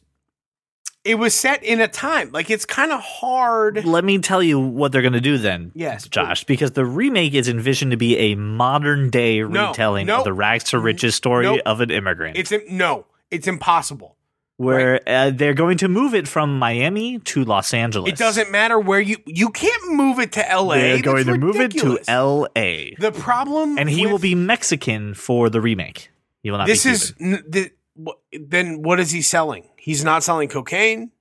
C: it was set in a time. Like it's kind of hard.
A: Let me tell you what they're going to do then.
C: Yes,
A: Josh, because the remake is envisioned to be a modern day
C: No,
A: retelling
C: no,
A: of the rags to riches story
C: nope.
A: of an immigrant.
C: It's im- no, it's impossible.
A: where uh, they're going to move it from Miami to Los Angeles.
C: It doesn't matter where you you can't move it to L.A.
A: They're going
C: That's
A: to move it to
C: ridiculous.
A: L.A.
C: The problem,
A: and he
C: with-
A: will be Mexican for the remake. He will not.
C: This
A: be
C: is
A: Cuban.
C: n- the, wh- then what is he selling? He's not selling cocaine.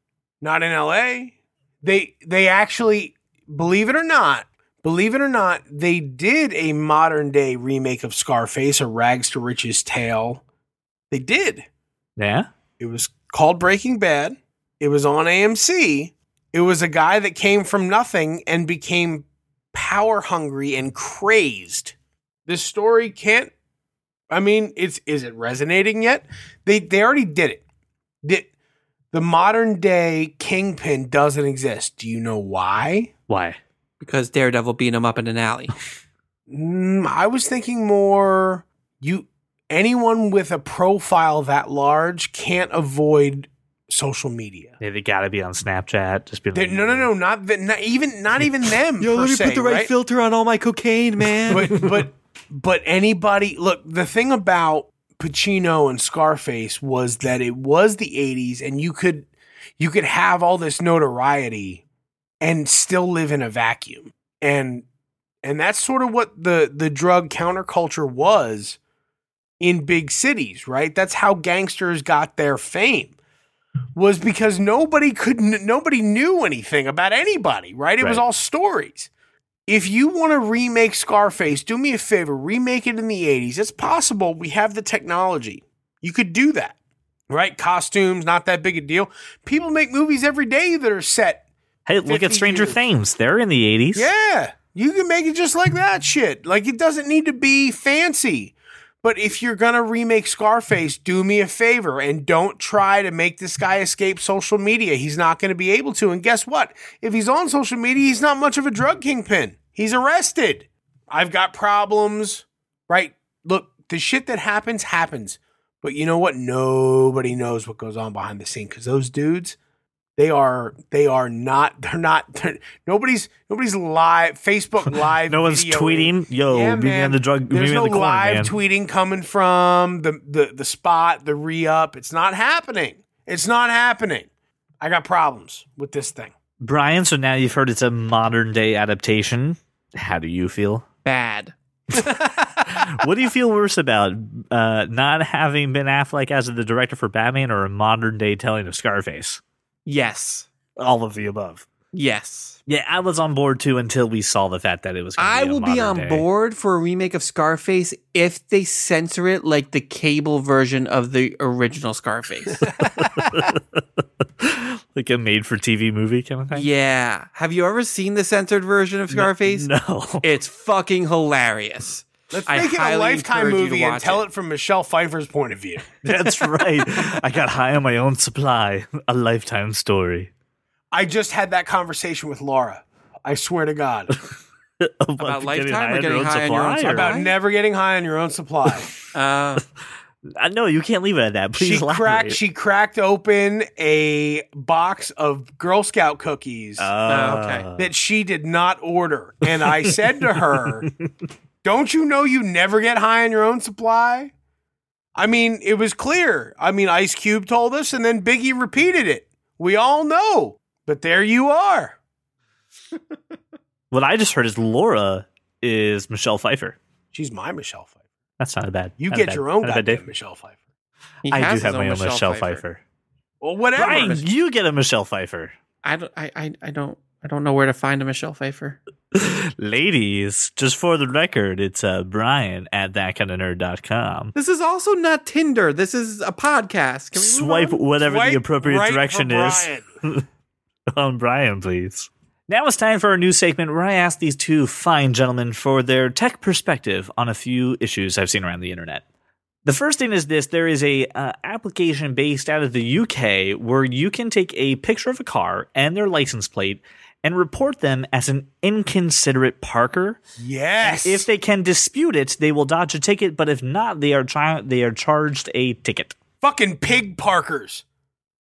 C: Not in L.A. They they actually believe it or not, believe it or not, they did a modern day remake of Scarface, a rags to riches tale. They did.
A: yeah.
C: It was called Breaking Bad. It was on AMC. It was a guy that came from nothing and became power hungry and crazed. This story can't I mean, it's is it resonating yet? They they already did it. The, the modern day kingpin doesn't exist. Do you know why?
A: Why?
B: Because Daredevil beat him up in an alley.
C: Mm, I was thinking more you anyone with a profile that large can't avoid social media.
A: Yeah, they got to be on Snapchat. Just be
C: They-
A: like,
C: no, no, no, not, the, not even not even them.
B: Yo,
C: per
B: let me
C: se,
B: put the right,
C: right?
B: filter on all my cocaine, man.
C: But but but anybody look the thing about Pacino and Scarface was that it was the '80s, and you could you could have all this notoriety and still live in a vacuum, and and that's sort of what the the drug counterculture was in big cities, right? That's how gangsters got their fame. Was because nobody could n- nobody knew anything about anybody, right? It was
A: Right.
C: all stories. If you want to remake Scarface, do me a favor, remake it in the 80s. It's possible. We have the technology. You could do that. Right? Costumes, not that big a deal. People make movies every day that are set.
A: Hey, look at
C: 50
A: Stranger
C: years.
A: Things. They're in the eighties.
C: Yeah. You can make it just like that shit. Like it doesn't need to be fancy. But if you're going to remake Scarface, do me a favor and don't try to make this guy escape social media. He's not going to be able to. And guess what? If he's on social media, he's not much of a drug kingpin. He's arrested. I've got problems, right? Look, the shit that happens happens. But you know what? Nobody knows what goes on behind the scene cuz those dudes they are they are not they're not they're, nobody's nobody's live Facebook live
A: No one's
C: videoing.
A: tweeting. Yo,
C: Yeah,
A: meet me
C: man.
A: on the drug. meet
C: There's
A: me
C: no
A: on the corner,
C: live
A: man.
C: tweeting coming from the the the spot, the re up. It's not happening. It's not happening. I got problems with this thing.
A: Brian, so now you've heard it's a modern day adaptation. How do you feel?
B: Bad.
A: what do you feel worse about? Uh, not having Ben Affleck as the director for Batman or a modern day telling of Scarface?
B: Yes.
A: All of the above.
B: Yes.
A: Yeah, I was on board too until we saw the fact that it was. gonna
B: I
A: a
B: will be
A: modern
B: on
A: day.
B: board for a remake of Scarface if they censor it like the cable version of the original Scarface.
A: like a made for TV movie kind of thing.
B: yeah. Have you ever seen the censored version of Scarface?
A: No.
B: It's fucking hilarious.
C: Let's
B: I
C: make it a
B: highly
C: lifetime
B: encourage you to
C: movie and
B: watch
C: tell
B: it.
C: it. from Michelle Pfeiffer's point of view.
A: That's right. I got high on my own supply. A lifetime story.
C: I just had that conversation with Laura. I swear to God.
B: About Lifetime or getting high on your own
A: or-
B: supply?
C: About never getting high on your own supply.
B: Uh,
A: Uh, no, you can't leave it at that. Please
C: she
A: elaborate.
C: cracked she cracked open a box of Girl Scout cookies
A: Uh,
C: that she did not order. And I said to her, Don't you know you never get high on your own supply? I mean, it was clear. I mean, Ice Cube told us, and then Biggie repeated it. We all know. But there you are.
A: What I just heard is Laura is Michelle Pfifer.
C: She's my Michelle Pfeiffer.
A: That's not a bad.
C: You
A: not a
C: get
A: bad-
C: your own
A: not a bad
C: goddamn
A: day.
C: Michelle Pfeiffer.
B: he
A: I
B: has
A: do
B: his
A: have my own
B: Michelle
A: Michelle Pfeiffer.
C: Well, whatever.
A: Brian, you get a Michelle Pfeiffer.
B: I don't. I, I. I don't. I don't know where to find a Michelle Pfeiffer.
A: Ladies, just for the record, it's uh, Brian at thatkindofnerd.com.
B: This is also not Tinder. This is a podcast. Can we move
A: Swipe
B: on?
A: whatever
C: Swipe
A: the appropriate
C: right for
A: direction is
C: Brian.
A: on Brian, please. Now it's time for our new segment where I ask these two fine gentlemen for their tech perspective on a few issues I've seen around the internet. The first thing is this: there is a uh, application based out of the UK where you can take a picture of a car and their license plate and report them as an inconsiderate parker.
C: Yes.
A: If they can dispute it, they will dodge a ticket, but if not, they are chi- they are charged a ticket.
C: fucking pig parkers.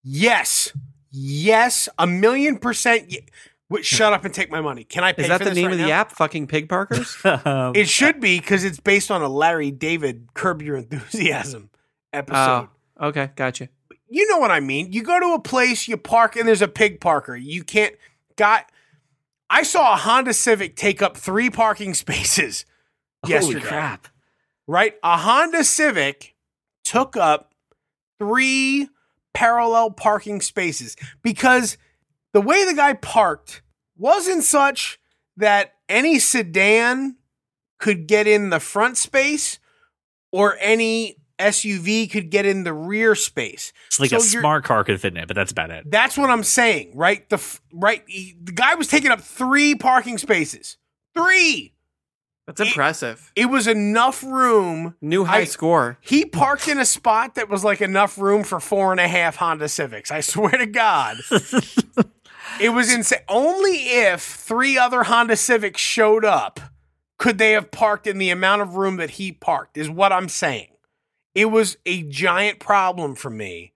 C: Yes. Yes. A million percent. Ye- Wait, shut up and take my money. Can I pay
B: Is that
C: for
B: the
C: this
B: name
C: right
B: of the
C: now?
B: app? Fucking Pig Parkers.
A: Um,
C: It should be because it's based on a Larry David Curb Your Enthusiasm episode.
B: oh, okay, gotcha.
C: you know what I mean. You go to a place, you park, and there's a pig parker. You can't got. I saw a Honda Civic take up three parking spaces yesterday.
A: Holy crap!
C: Right, a Honda Civic took up three parallel parking spaces because the way the guy parked wasn't such that any sedan could get in the front space or any SUV could get in the rear space.
A: It's like
C: So
A: a
C: you're-
A: smart car could fit in it, but that's about it.
C: That's what I'm saying, right? The f- right he- the guy was taking up 3 parking spaces. 3.
B: That's impressive.
C: It was enough room.
B: New high
C: I-
B: score.
C: He parked in a spot that was like enough room for four and a half Honda Civics. I swear to God. it was insane. Only if three other Honda Civics showed up could they have parked in the amount of room that he parked, is what I'm saying. It was a giant problem for me.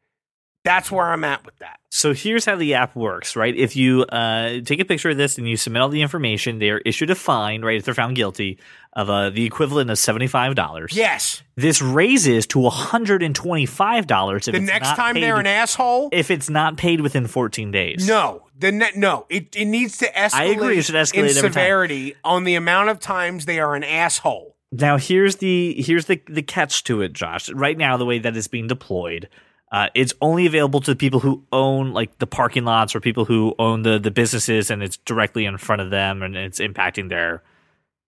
C: That's where I'm at with that.
A: So here's how the app works, right? If you uh, take a picture of this and you submit all the information, they are issued a fine, right? If they're found guilty of uh, the equivalent of seventy five dollars.
C: Yes.
A: This raises to one hundred and twenty five dollars if
C: The
A: it's
C: next
A: not
C: time
A: paid,
C: they're an asshole,
A: if it's not paid within fourteen days.
C: No, the ne- no, it, it needs to escalate.
A: I agree, it should escalate
C: in
A: every time.
C: severity on the amount of times they are an asshole.
A: Now here's the here's the the catch to it, Josh. Right now, the way that it's being deployed, uh, it's only available to the people who own like the parking lots or people who own the the businesses, and it's directly in front of them, and it's impacting their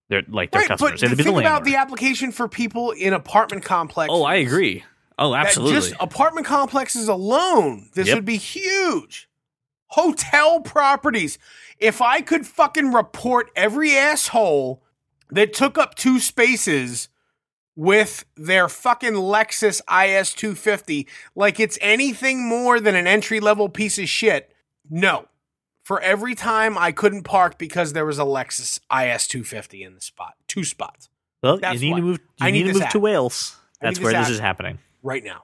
A: their like their
C: but
A: customers. It'd
C: think
A: be the
C: about the
A: landlord.
C: application for people in apartment complexes.
A: Oh, I agree. Oh,
C: That
A: absolutely.
C: Just apartment complexes alone, this
A: Yep.
C: would be huge. Hotel properties. If I could fucking report every asshole that took up two spaces with their fucking Lexus IS 250, like it's anything more than an entry level piece of shit, no. For every time I couldn't park because there was a Lexus IS 250 in the spot, two spots
A: well, you
C: that's
A: need
C: why.
A: to move. You
C: I need
A: need, to
C: this
A: move to
C: app.
A: Wales.
C: I need
A: That's where
C: this
A: this
C: app.
A: is happening.
C: right now.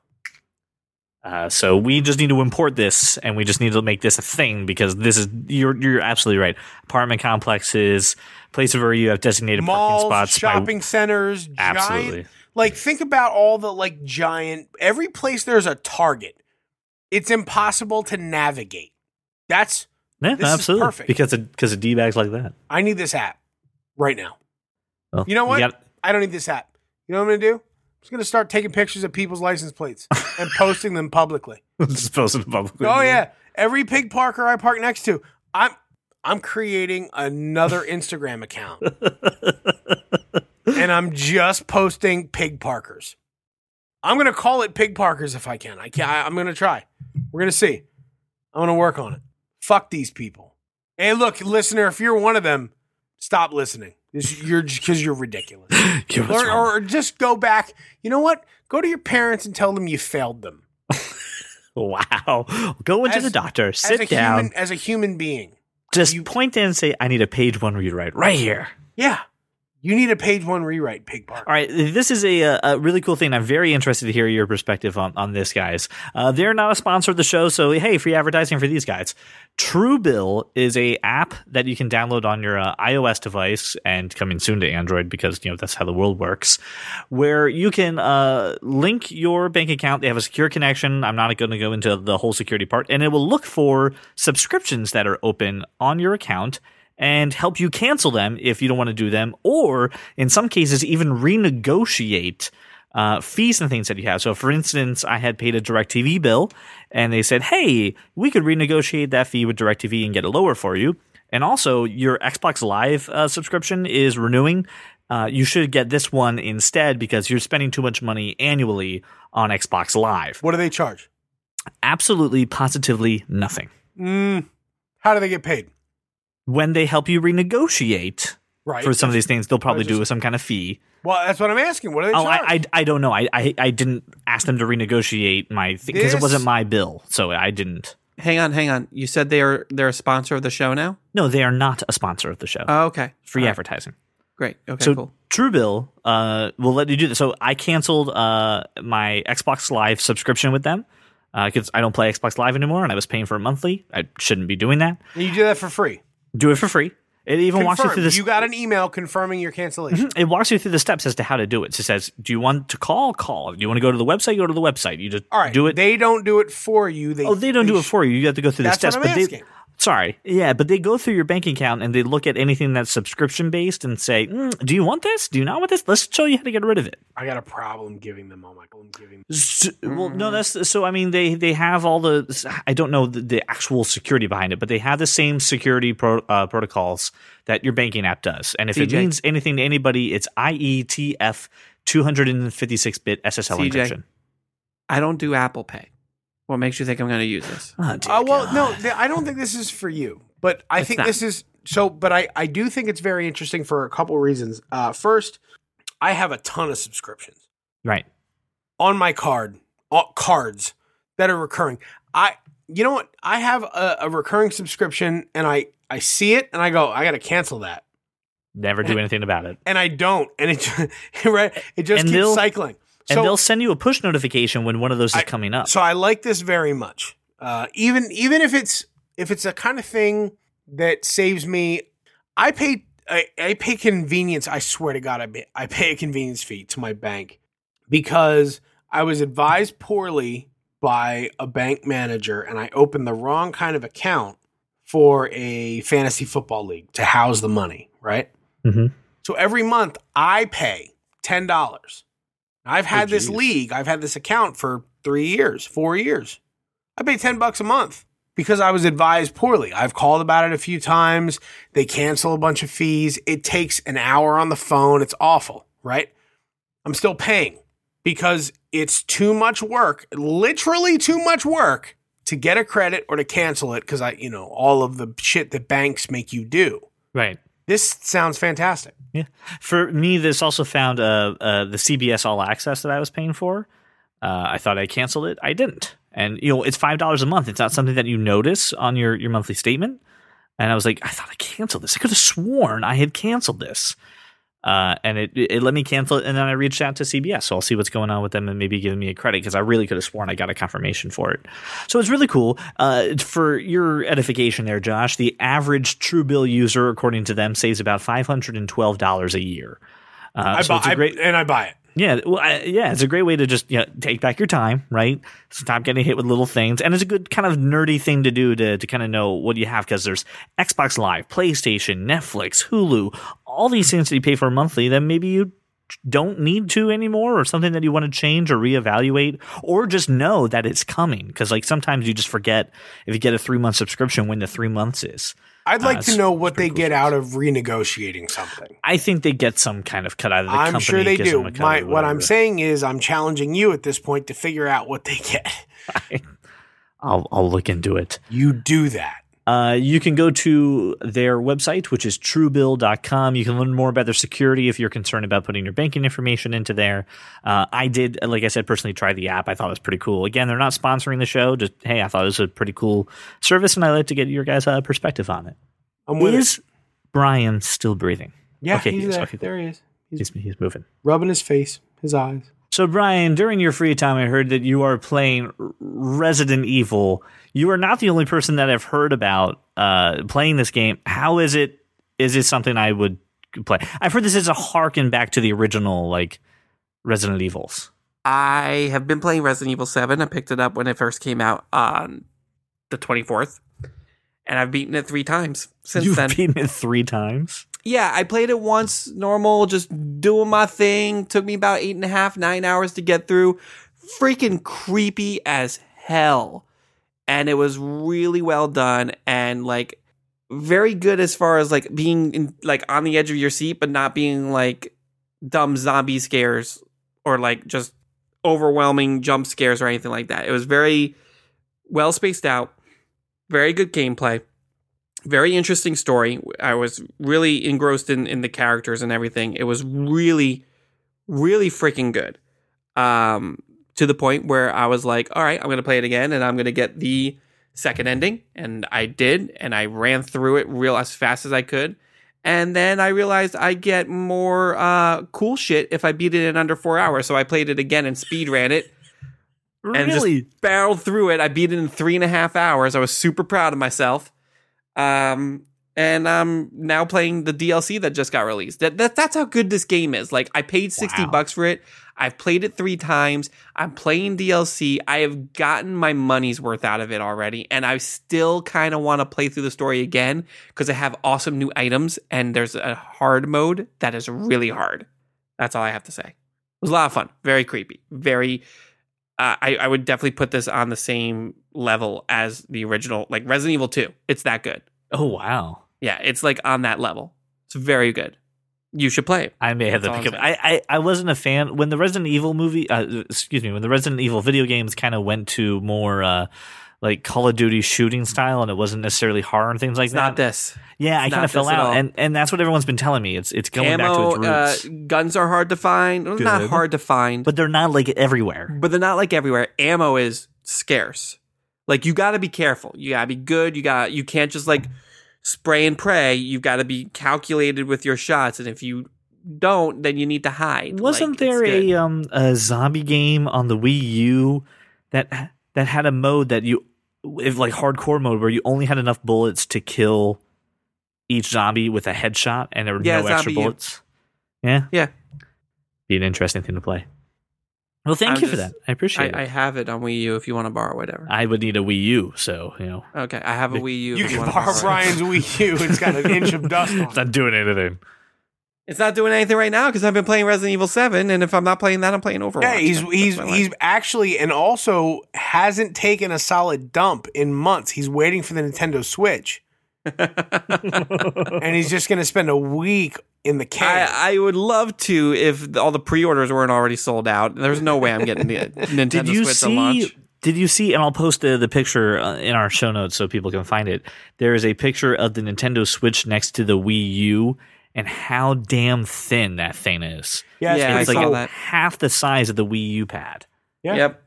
A: Uh, so we just need to import this, and we just need to make this a thing because this is you're you're absolutely right. Apartment complexes, places where you have designated
C: malls,
A: parking spots, by-
C: shopping centers, giant.
A: Absolutely.
C: Like think about all the like giant. Every place there's a Target. It's impossible to navigate. That's
A: Yeah,
C: This is
A: absolutely.
C: perfect.
A: Because of because of d bags like that.
C: I need this app right now.
A: Well,
C: You know what?
A: got-
C: I don't need this app. You know what I'm gonna do? I'm just gonna start taking pictures of people's license plates and posting them publicly.
A: just post it publicly.
C: Oh yeah, every pig parker I park next to, I'm I'm creating another Instagram account, and I'm just posting pig parkers. I'm gonna call it pig parkers if I can. I can. I, I'm gonna try. We're gonna see. I'm gonna work on it. Fuck these people. Hey, look, listener, if you're one of them, stop listening. This- You're because you're ridiculous.
A: Give us
C: Or,
A: wrong.
C: or just go back. You know what? Go to your parents and tell them you failed them.
A: wow. Go into
C: As-
A: the doctor.
C: as a
A: Sit down.
C: Human, as a human being,
A: Just point in and say, I need a page one rewrite right here.
C: Yeah. You need a page one rewrite, Pig Park.
A: All right, this is a, uh, a really cool thing. I'm very interested to hear your perspective on, on this, guys. Uh, they're not a sponsor of the show, so hey, free advertising for these guys. Truebill is a app that you can download on your uh, iOS device and coming soon to Android because you know that's how the world works, where you can uh, link your bank account. They have a secure connection. I'm not going to go into the whole security part, and it will look for subscriptions that are open on your account and help you cancel them if you don't want to do them, or in some cases, even renegotiate uh, fees and things that you have. So, for instance, I had paid a DirecTV bill, and they said, "Hey, we could renegotiate that fee with DirecTV and get it lower for you." And also, your Xbox Live uh, subscription is renewing. Uh, you should get this one instead because you're spending too much money annually on Xbox Live.
C: What do they charge?
A: Absolutely, positively nothing.
C: Mm, how do they get paid?
A: When they help you renegotiate
C: Right.
A: for some of these things, they'll probably
C: just-
A: do some kind of fee.
C: well, that's what I'm asking. What do they
A: Oh,
C: charge?
A: I, I, I don't know. I, I, I didn't ask them to renegotiate my thing because it
C: This-
A: wasn't my bill, so I didn't.
B: Hang on, hang on. You said they are they're a sponsor of the show now.
A: No, they are not a sponsor of the show.
B: Oh, okay,
A: Free
B: All
C: Uh,
B: right.
A: advertising.
B: Great. Okay,
A: so
B: cool.
A: Truebill uh, will let you do this. So I canceled uh, my Xbox Live subscription with them because I don't play Xbox Live anymore, and I was paying for it monthly. I shouldn't be doing that.
C: you do that for free.
A: Do it for free. It even walks you
C: Confirmed.
A: through this.
C: you Mm-hmm. got an email confirming your cancellation.
A: it walks you through the steps as to how to do it. So it says, do you want to call? Call. Do you want to go to the website? Go to the website. You just
C: All right.
A: do it.
C: They don't do it for you. They,
A: Oh, they don't do it
C: sh-
A: for you. You have to go through the
C: That's
A: steps.
C: what I'm
A: but
C: asking.
A: They, sorry, yeah, but they go through your bank account and they look at anything that's subscription based and say, "Mm, "Do you want this? Do you not want this? Let's show you how to get rid of it."
C: I got a problem giving them all my. I'm giving.
A: S Well,
C: Mm-hmm.
A: no, that's so. I mean, they they have all the. I don't know the, the actual security behind it, but they have the same security pro, uh, protocols that your banking app does. And if it
B: TJ.
A: means anything to anybody, it's E IETF 256-bit SSL
B: TJ.
A: encryption.
B: I don't do Apple Pay. What makes you think I'm going to use this?
A: Oh, dear
C: Uh, well,
A: God.
C: no, th- I don't think this is for you. But I
B: It's
C: think
B: not.
C: this is so. But I, I do think it's very interesting for a couple reasons. Uh, first, I have a ton of subscriptions
A: right.
C: on my card, all, cards that are recurring. I, you know what? I have a, a recurring subscription, and I, I see it, and I go, I got to cancel that,
A: Never do anything about it.
C: and I don't, and it, right, it just
A: And
C: keeps
A: they'll-
C: cycling.
A: And
C: So-
A: they'll send you a push notification when one of those is
C: I-
A: coming up.
C: So I like this very much. Uh, even even if it's if it's a kind of thing that saves me, I pay I, I pay convenience. I swear to God, I pay, I pay a convenience fee to my bank because I was advised poorly by a bank manager, and I opened the wrong kind of account for a fantasy football league to house the money. Right.
A: Mhm.
C: So every month I pay ten dollars. I've had this
A: geez.
C: league, I've had this account for three years, four years. I pay ten bucks a month because I was advised poorly. I've called about it a few times. They cancel a bunch of fees. It takes an hour on the phone. It's awful, right? I'm still paying because it's too much work, literally too much work to get a credit or to cancel it because I, you know, all of the shit that banks make you do.
A: right.
C: This sounds fantastic.
A: Yeah. For me, this also found uh, uh, the CBS All Access that I was paying for. Uh, I thought I canceled it. I didn't. And you know, it's five dollars a month. It's not something that you notice on your your monthly statement. And I was like, I thought I canceled this. I could have sworn I had canceled this. Uh, and it, it let me cancel it, and then I reached out to CBS, so I'll see what's going on with them and maybe give me a credit because I really could have sworn I got a confirmation for it. So it's really cool. Uh, for your edification, there, Josh, the average Truebill user, according to them, saves about five hundred and twelve dollars a year. Uh,
C: I
A: so
C: buy
A: it's a great,
C: I, and I buy it.
A: yeah, well, I, yeah, it's a great way to just you know, take back your time, right? Stop getting hit with little things, and it's a good kind of nerdy thing to do to to kind of know what you have because there's Xbox Live, PlayStation, Netflix, Hulu, all these things that you pay for monthly. Then maybe you don't need to anymore, or something that you want to change or reevaluate, or just know that it's coming because like sometimes you just forget if you get a three month subscription when the three months is.
C: I'd like to
A: it's-
C: know what they get out of renegotiating something.
A: I think they get some kind of cut out of the company.
C: I'm sure they
A: gives
C: do.
A: them a cut
C: My,
A: or
C: what I'm
A: whatever.
C: saying is, I'm challenging you at this point to figure out what they get.
A: I'll I'll look into it.
C: You do that.
A: Uh, you can go to their website, which is truebill.com. You can learn more about their security if you're concerned about putting your banking information into there. Uh, I did, like I said, personally try the app. I thought it was pretty cool. Again, they're not sponsoring the show. Just, hey, I thought it was a pretty cool service, and I'd like to get your guys' uh, perspective on it.
B: I'm with it.
A: Is Brian still breathing?
B: Yeah,
A: okay,
B: he's
A: he is,
B: there.
A: okay.
B: there he is.
A: He's, he's moving.
B: Rubbing his face, his eyes.
A: So, Brian, during your free time, I heard that you are playing R- Resident Evil. You are not the only person that I've heard about uh, playing this game. How is it? Is it something I would play? I've heard this is a harken back to the original, like Resident Evils.
B: I have been playing Resident Evil 7. I picked it up when it first came out on the 24th. And I've beaten it three times since
A: You've
B: then.
A: beaten it three times.
B: yeah, I played it once normal, just doing my thing. Took me about eight and a half, nine hours to get through. Freaking creepy as hell. And it was really well done and like very good as far as like being in, like on the edge of your seat, but not being like dumb zombie scares or like just overwhelming jump scares or anything like that. It was very well spaced out, very good gameplay very interesting story. I was really engrossed in, in the characters and everything. It was really, really freaking good. Um, to the point where I was like, all right, I'm going to play it again and I'm going to get the second ending. And I did. And I ran through it real as fast as I could. And then I realized I get more uh, cool shit if I beat it in under four hours. So I played it again and speed ran it and
A: really?
B: just barreled through it. I beat it in three and a half hours. I was super proud of myself. Um, and I'm now playing the DLC that just got released. That, that that's how good this game is. Like I paid sixty
A: Wow.
B: bucks for it. I've played it three times. I'm playing DLC. I have gotten my money's worth out of it already, and I still kind of want to play through the story again because I have awesome new items. And there's a hard mode that is really hard. That's all I have to say. It was a lot of fun. Very creepy. Very. Uh, I I would definitely put this on the same level as the original, like Resident Evil Two. It's that good.
A: oh wow!
B: Yeah, it's like on that level. It's very good. You should play it.
A: I may have to
B: That's all
A: pick up.
B: I'm
A: I, I I wasn't a fan when the Resident Evil movie. Uh, excuse me, when the Resident Evil video games kind of went to more. Uh, like Call of Duty shooting style, and it wasn't necessarily horror and things like
B: It's
A: that.
B: not this.
A: Yeah, I
B: It's
A: kind
B: not
A: of fell
B: this at all.
A: out, and and that's what everyone's been telling me. It's it's going
B: Ammo,
A: back to its roots,
B: uh, guns are hard to find. Well, Not
A: Good.
B: hard to find, but,
A: but they're not like everywhere.
B: they're not like everywhere. Ammo is scarce. Like you got to be careful. You got to be good. You got you can't just like spray and pray. You've got to be calculated with your shots, and if you don't, then you need to hide.
A: Wasn't
B: Like, it's
A: there
B: good.
A: a um a zombie game on the Wii U that that had a mode that you if like hardcore mode where you only had enough bullets to kill each zombie with a headshot, and there were
B: Yeah,
A: no extra
B: Zombie U.
A: bullets? Yeah,
B: Yeah.
A: be an interesting thing to play. Well, thank
B: I'm
A: you for that.
B: just-
A: I appreciate
B: I, I
A: it.
B: have it on Wii U if you want to borrow whatever.
A: I would need a Wii U, so you know,
B: okay, I have a Wii U.
C: You
B: if
C: can
B: wanna
C: borrow
B: it.
C: Brian's Wii U. It's got an inch of dust
A: it's
C: on it.
A: not doing anything.
B: It's not doing anything right now because I've been playing Resident Evil Seven, and if I'm not playing that, I'm playing Overwatch.
C: Yeah, he's
B: That's
C: he's
B: my life.
C: he's actually and also hasn't taken a solid dump in months. He's waiting for the Nintendo Switch, and he's just going to spend a week in the can.
B: I, I would love to if all the pre-orders weren't already sold out. There's no way I'm getting the Nintendo
A: did you
B: Switch
A: see
B: on launch.
A: did you see and i'll post the, the picture uh, in our show notes so people can find it there is a picture of the nintendo switch next to the wii u and how damn thin that thing is
C: yeah, it's
B: yeah,
C: pretty
A: it's like
B: saw
C: cool.
B: that.
A: half the size of the wii u pad
C: Yeah.
B: Yep.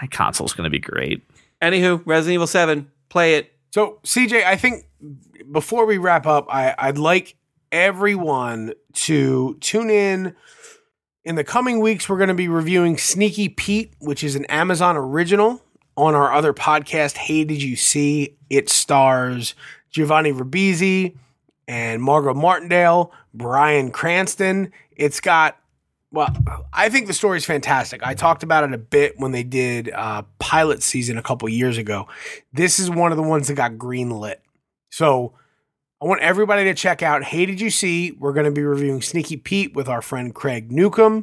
A: that console's going to be great
B: Anywho, Resident Evil Seven, play it.
C: So, CJ, I think before we wrap up, I, I'd like everyone to tune in. In the coming weeks, we're going to be reviewing Sneaky Pete, which is an Amazon original on our other podcast, Hey Did You See? It stars Giovanni Ribisi and Margot Martindale, Brian Cranston. It's got well, I think the story's fantastic. I talked about it a bit when they did uh, pilot season a couple years ago. This is one of the ones that got greenlit. So I want everybody to check out Hey Did You See? We're going to be reviewing Sneaky Pete with our friend Craig Newcomb.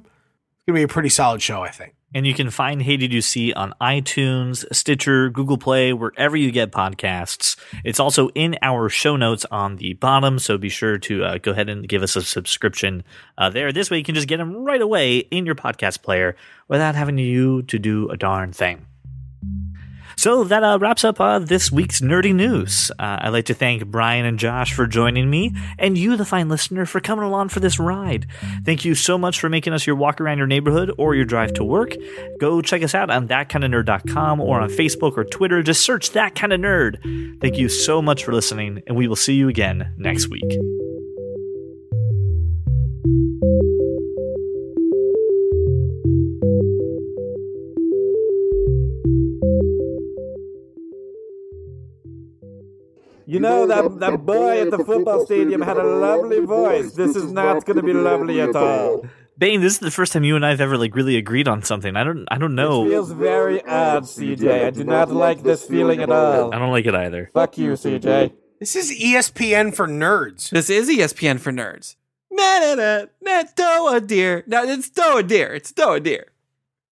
C: It's going to be a pretty solid show, I think.
A: and you can find hey did you see on itunes stitcher google play wherever you get podcasts it's also in our show notes on the bottom so be sure to uh, go ahead and give us a subscription uh, there this way you can just get them right away in your podcast player without having you to do a darn thing So that uh, wraps up uh, this week's nerdy news. Uh, I'd like to thank Brian and Josh for joining me, and you, the fine listener, for coming along for this ride. Thank you so much for making us your walk around your neighborhood or your drive to work. Go check us out on thatkindofnerd.com or on Facebook or Twitter. Just search That Kind of Nerd. Thank you so much for listening, and we will see you again next week.
D: You know that that boy at the football stadium had a lovely voice. This is not going to be lovely at all.
A: Bane, this is the first time you and I've ever like really agreed on something. I don't I don't know.
D: Feels very odd, CJ. I do not like this feeling at all.
A: I don't like it either.
D: Fuck you, CJ.
C: This is E ESPN for nerds.
B: This is E ESPN for nerds. Na na na na Doa deer. No, it's Doa deer. It's Doa deer.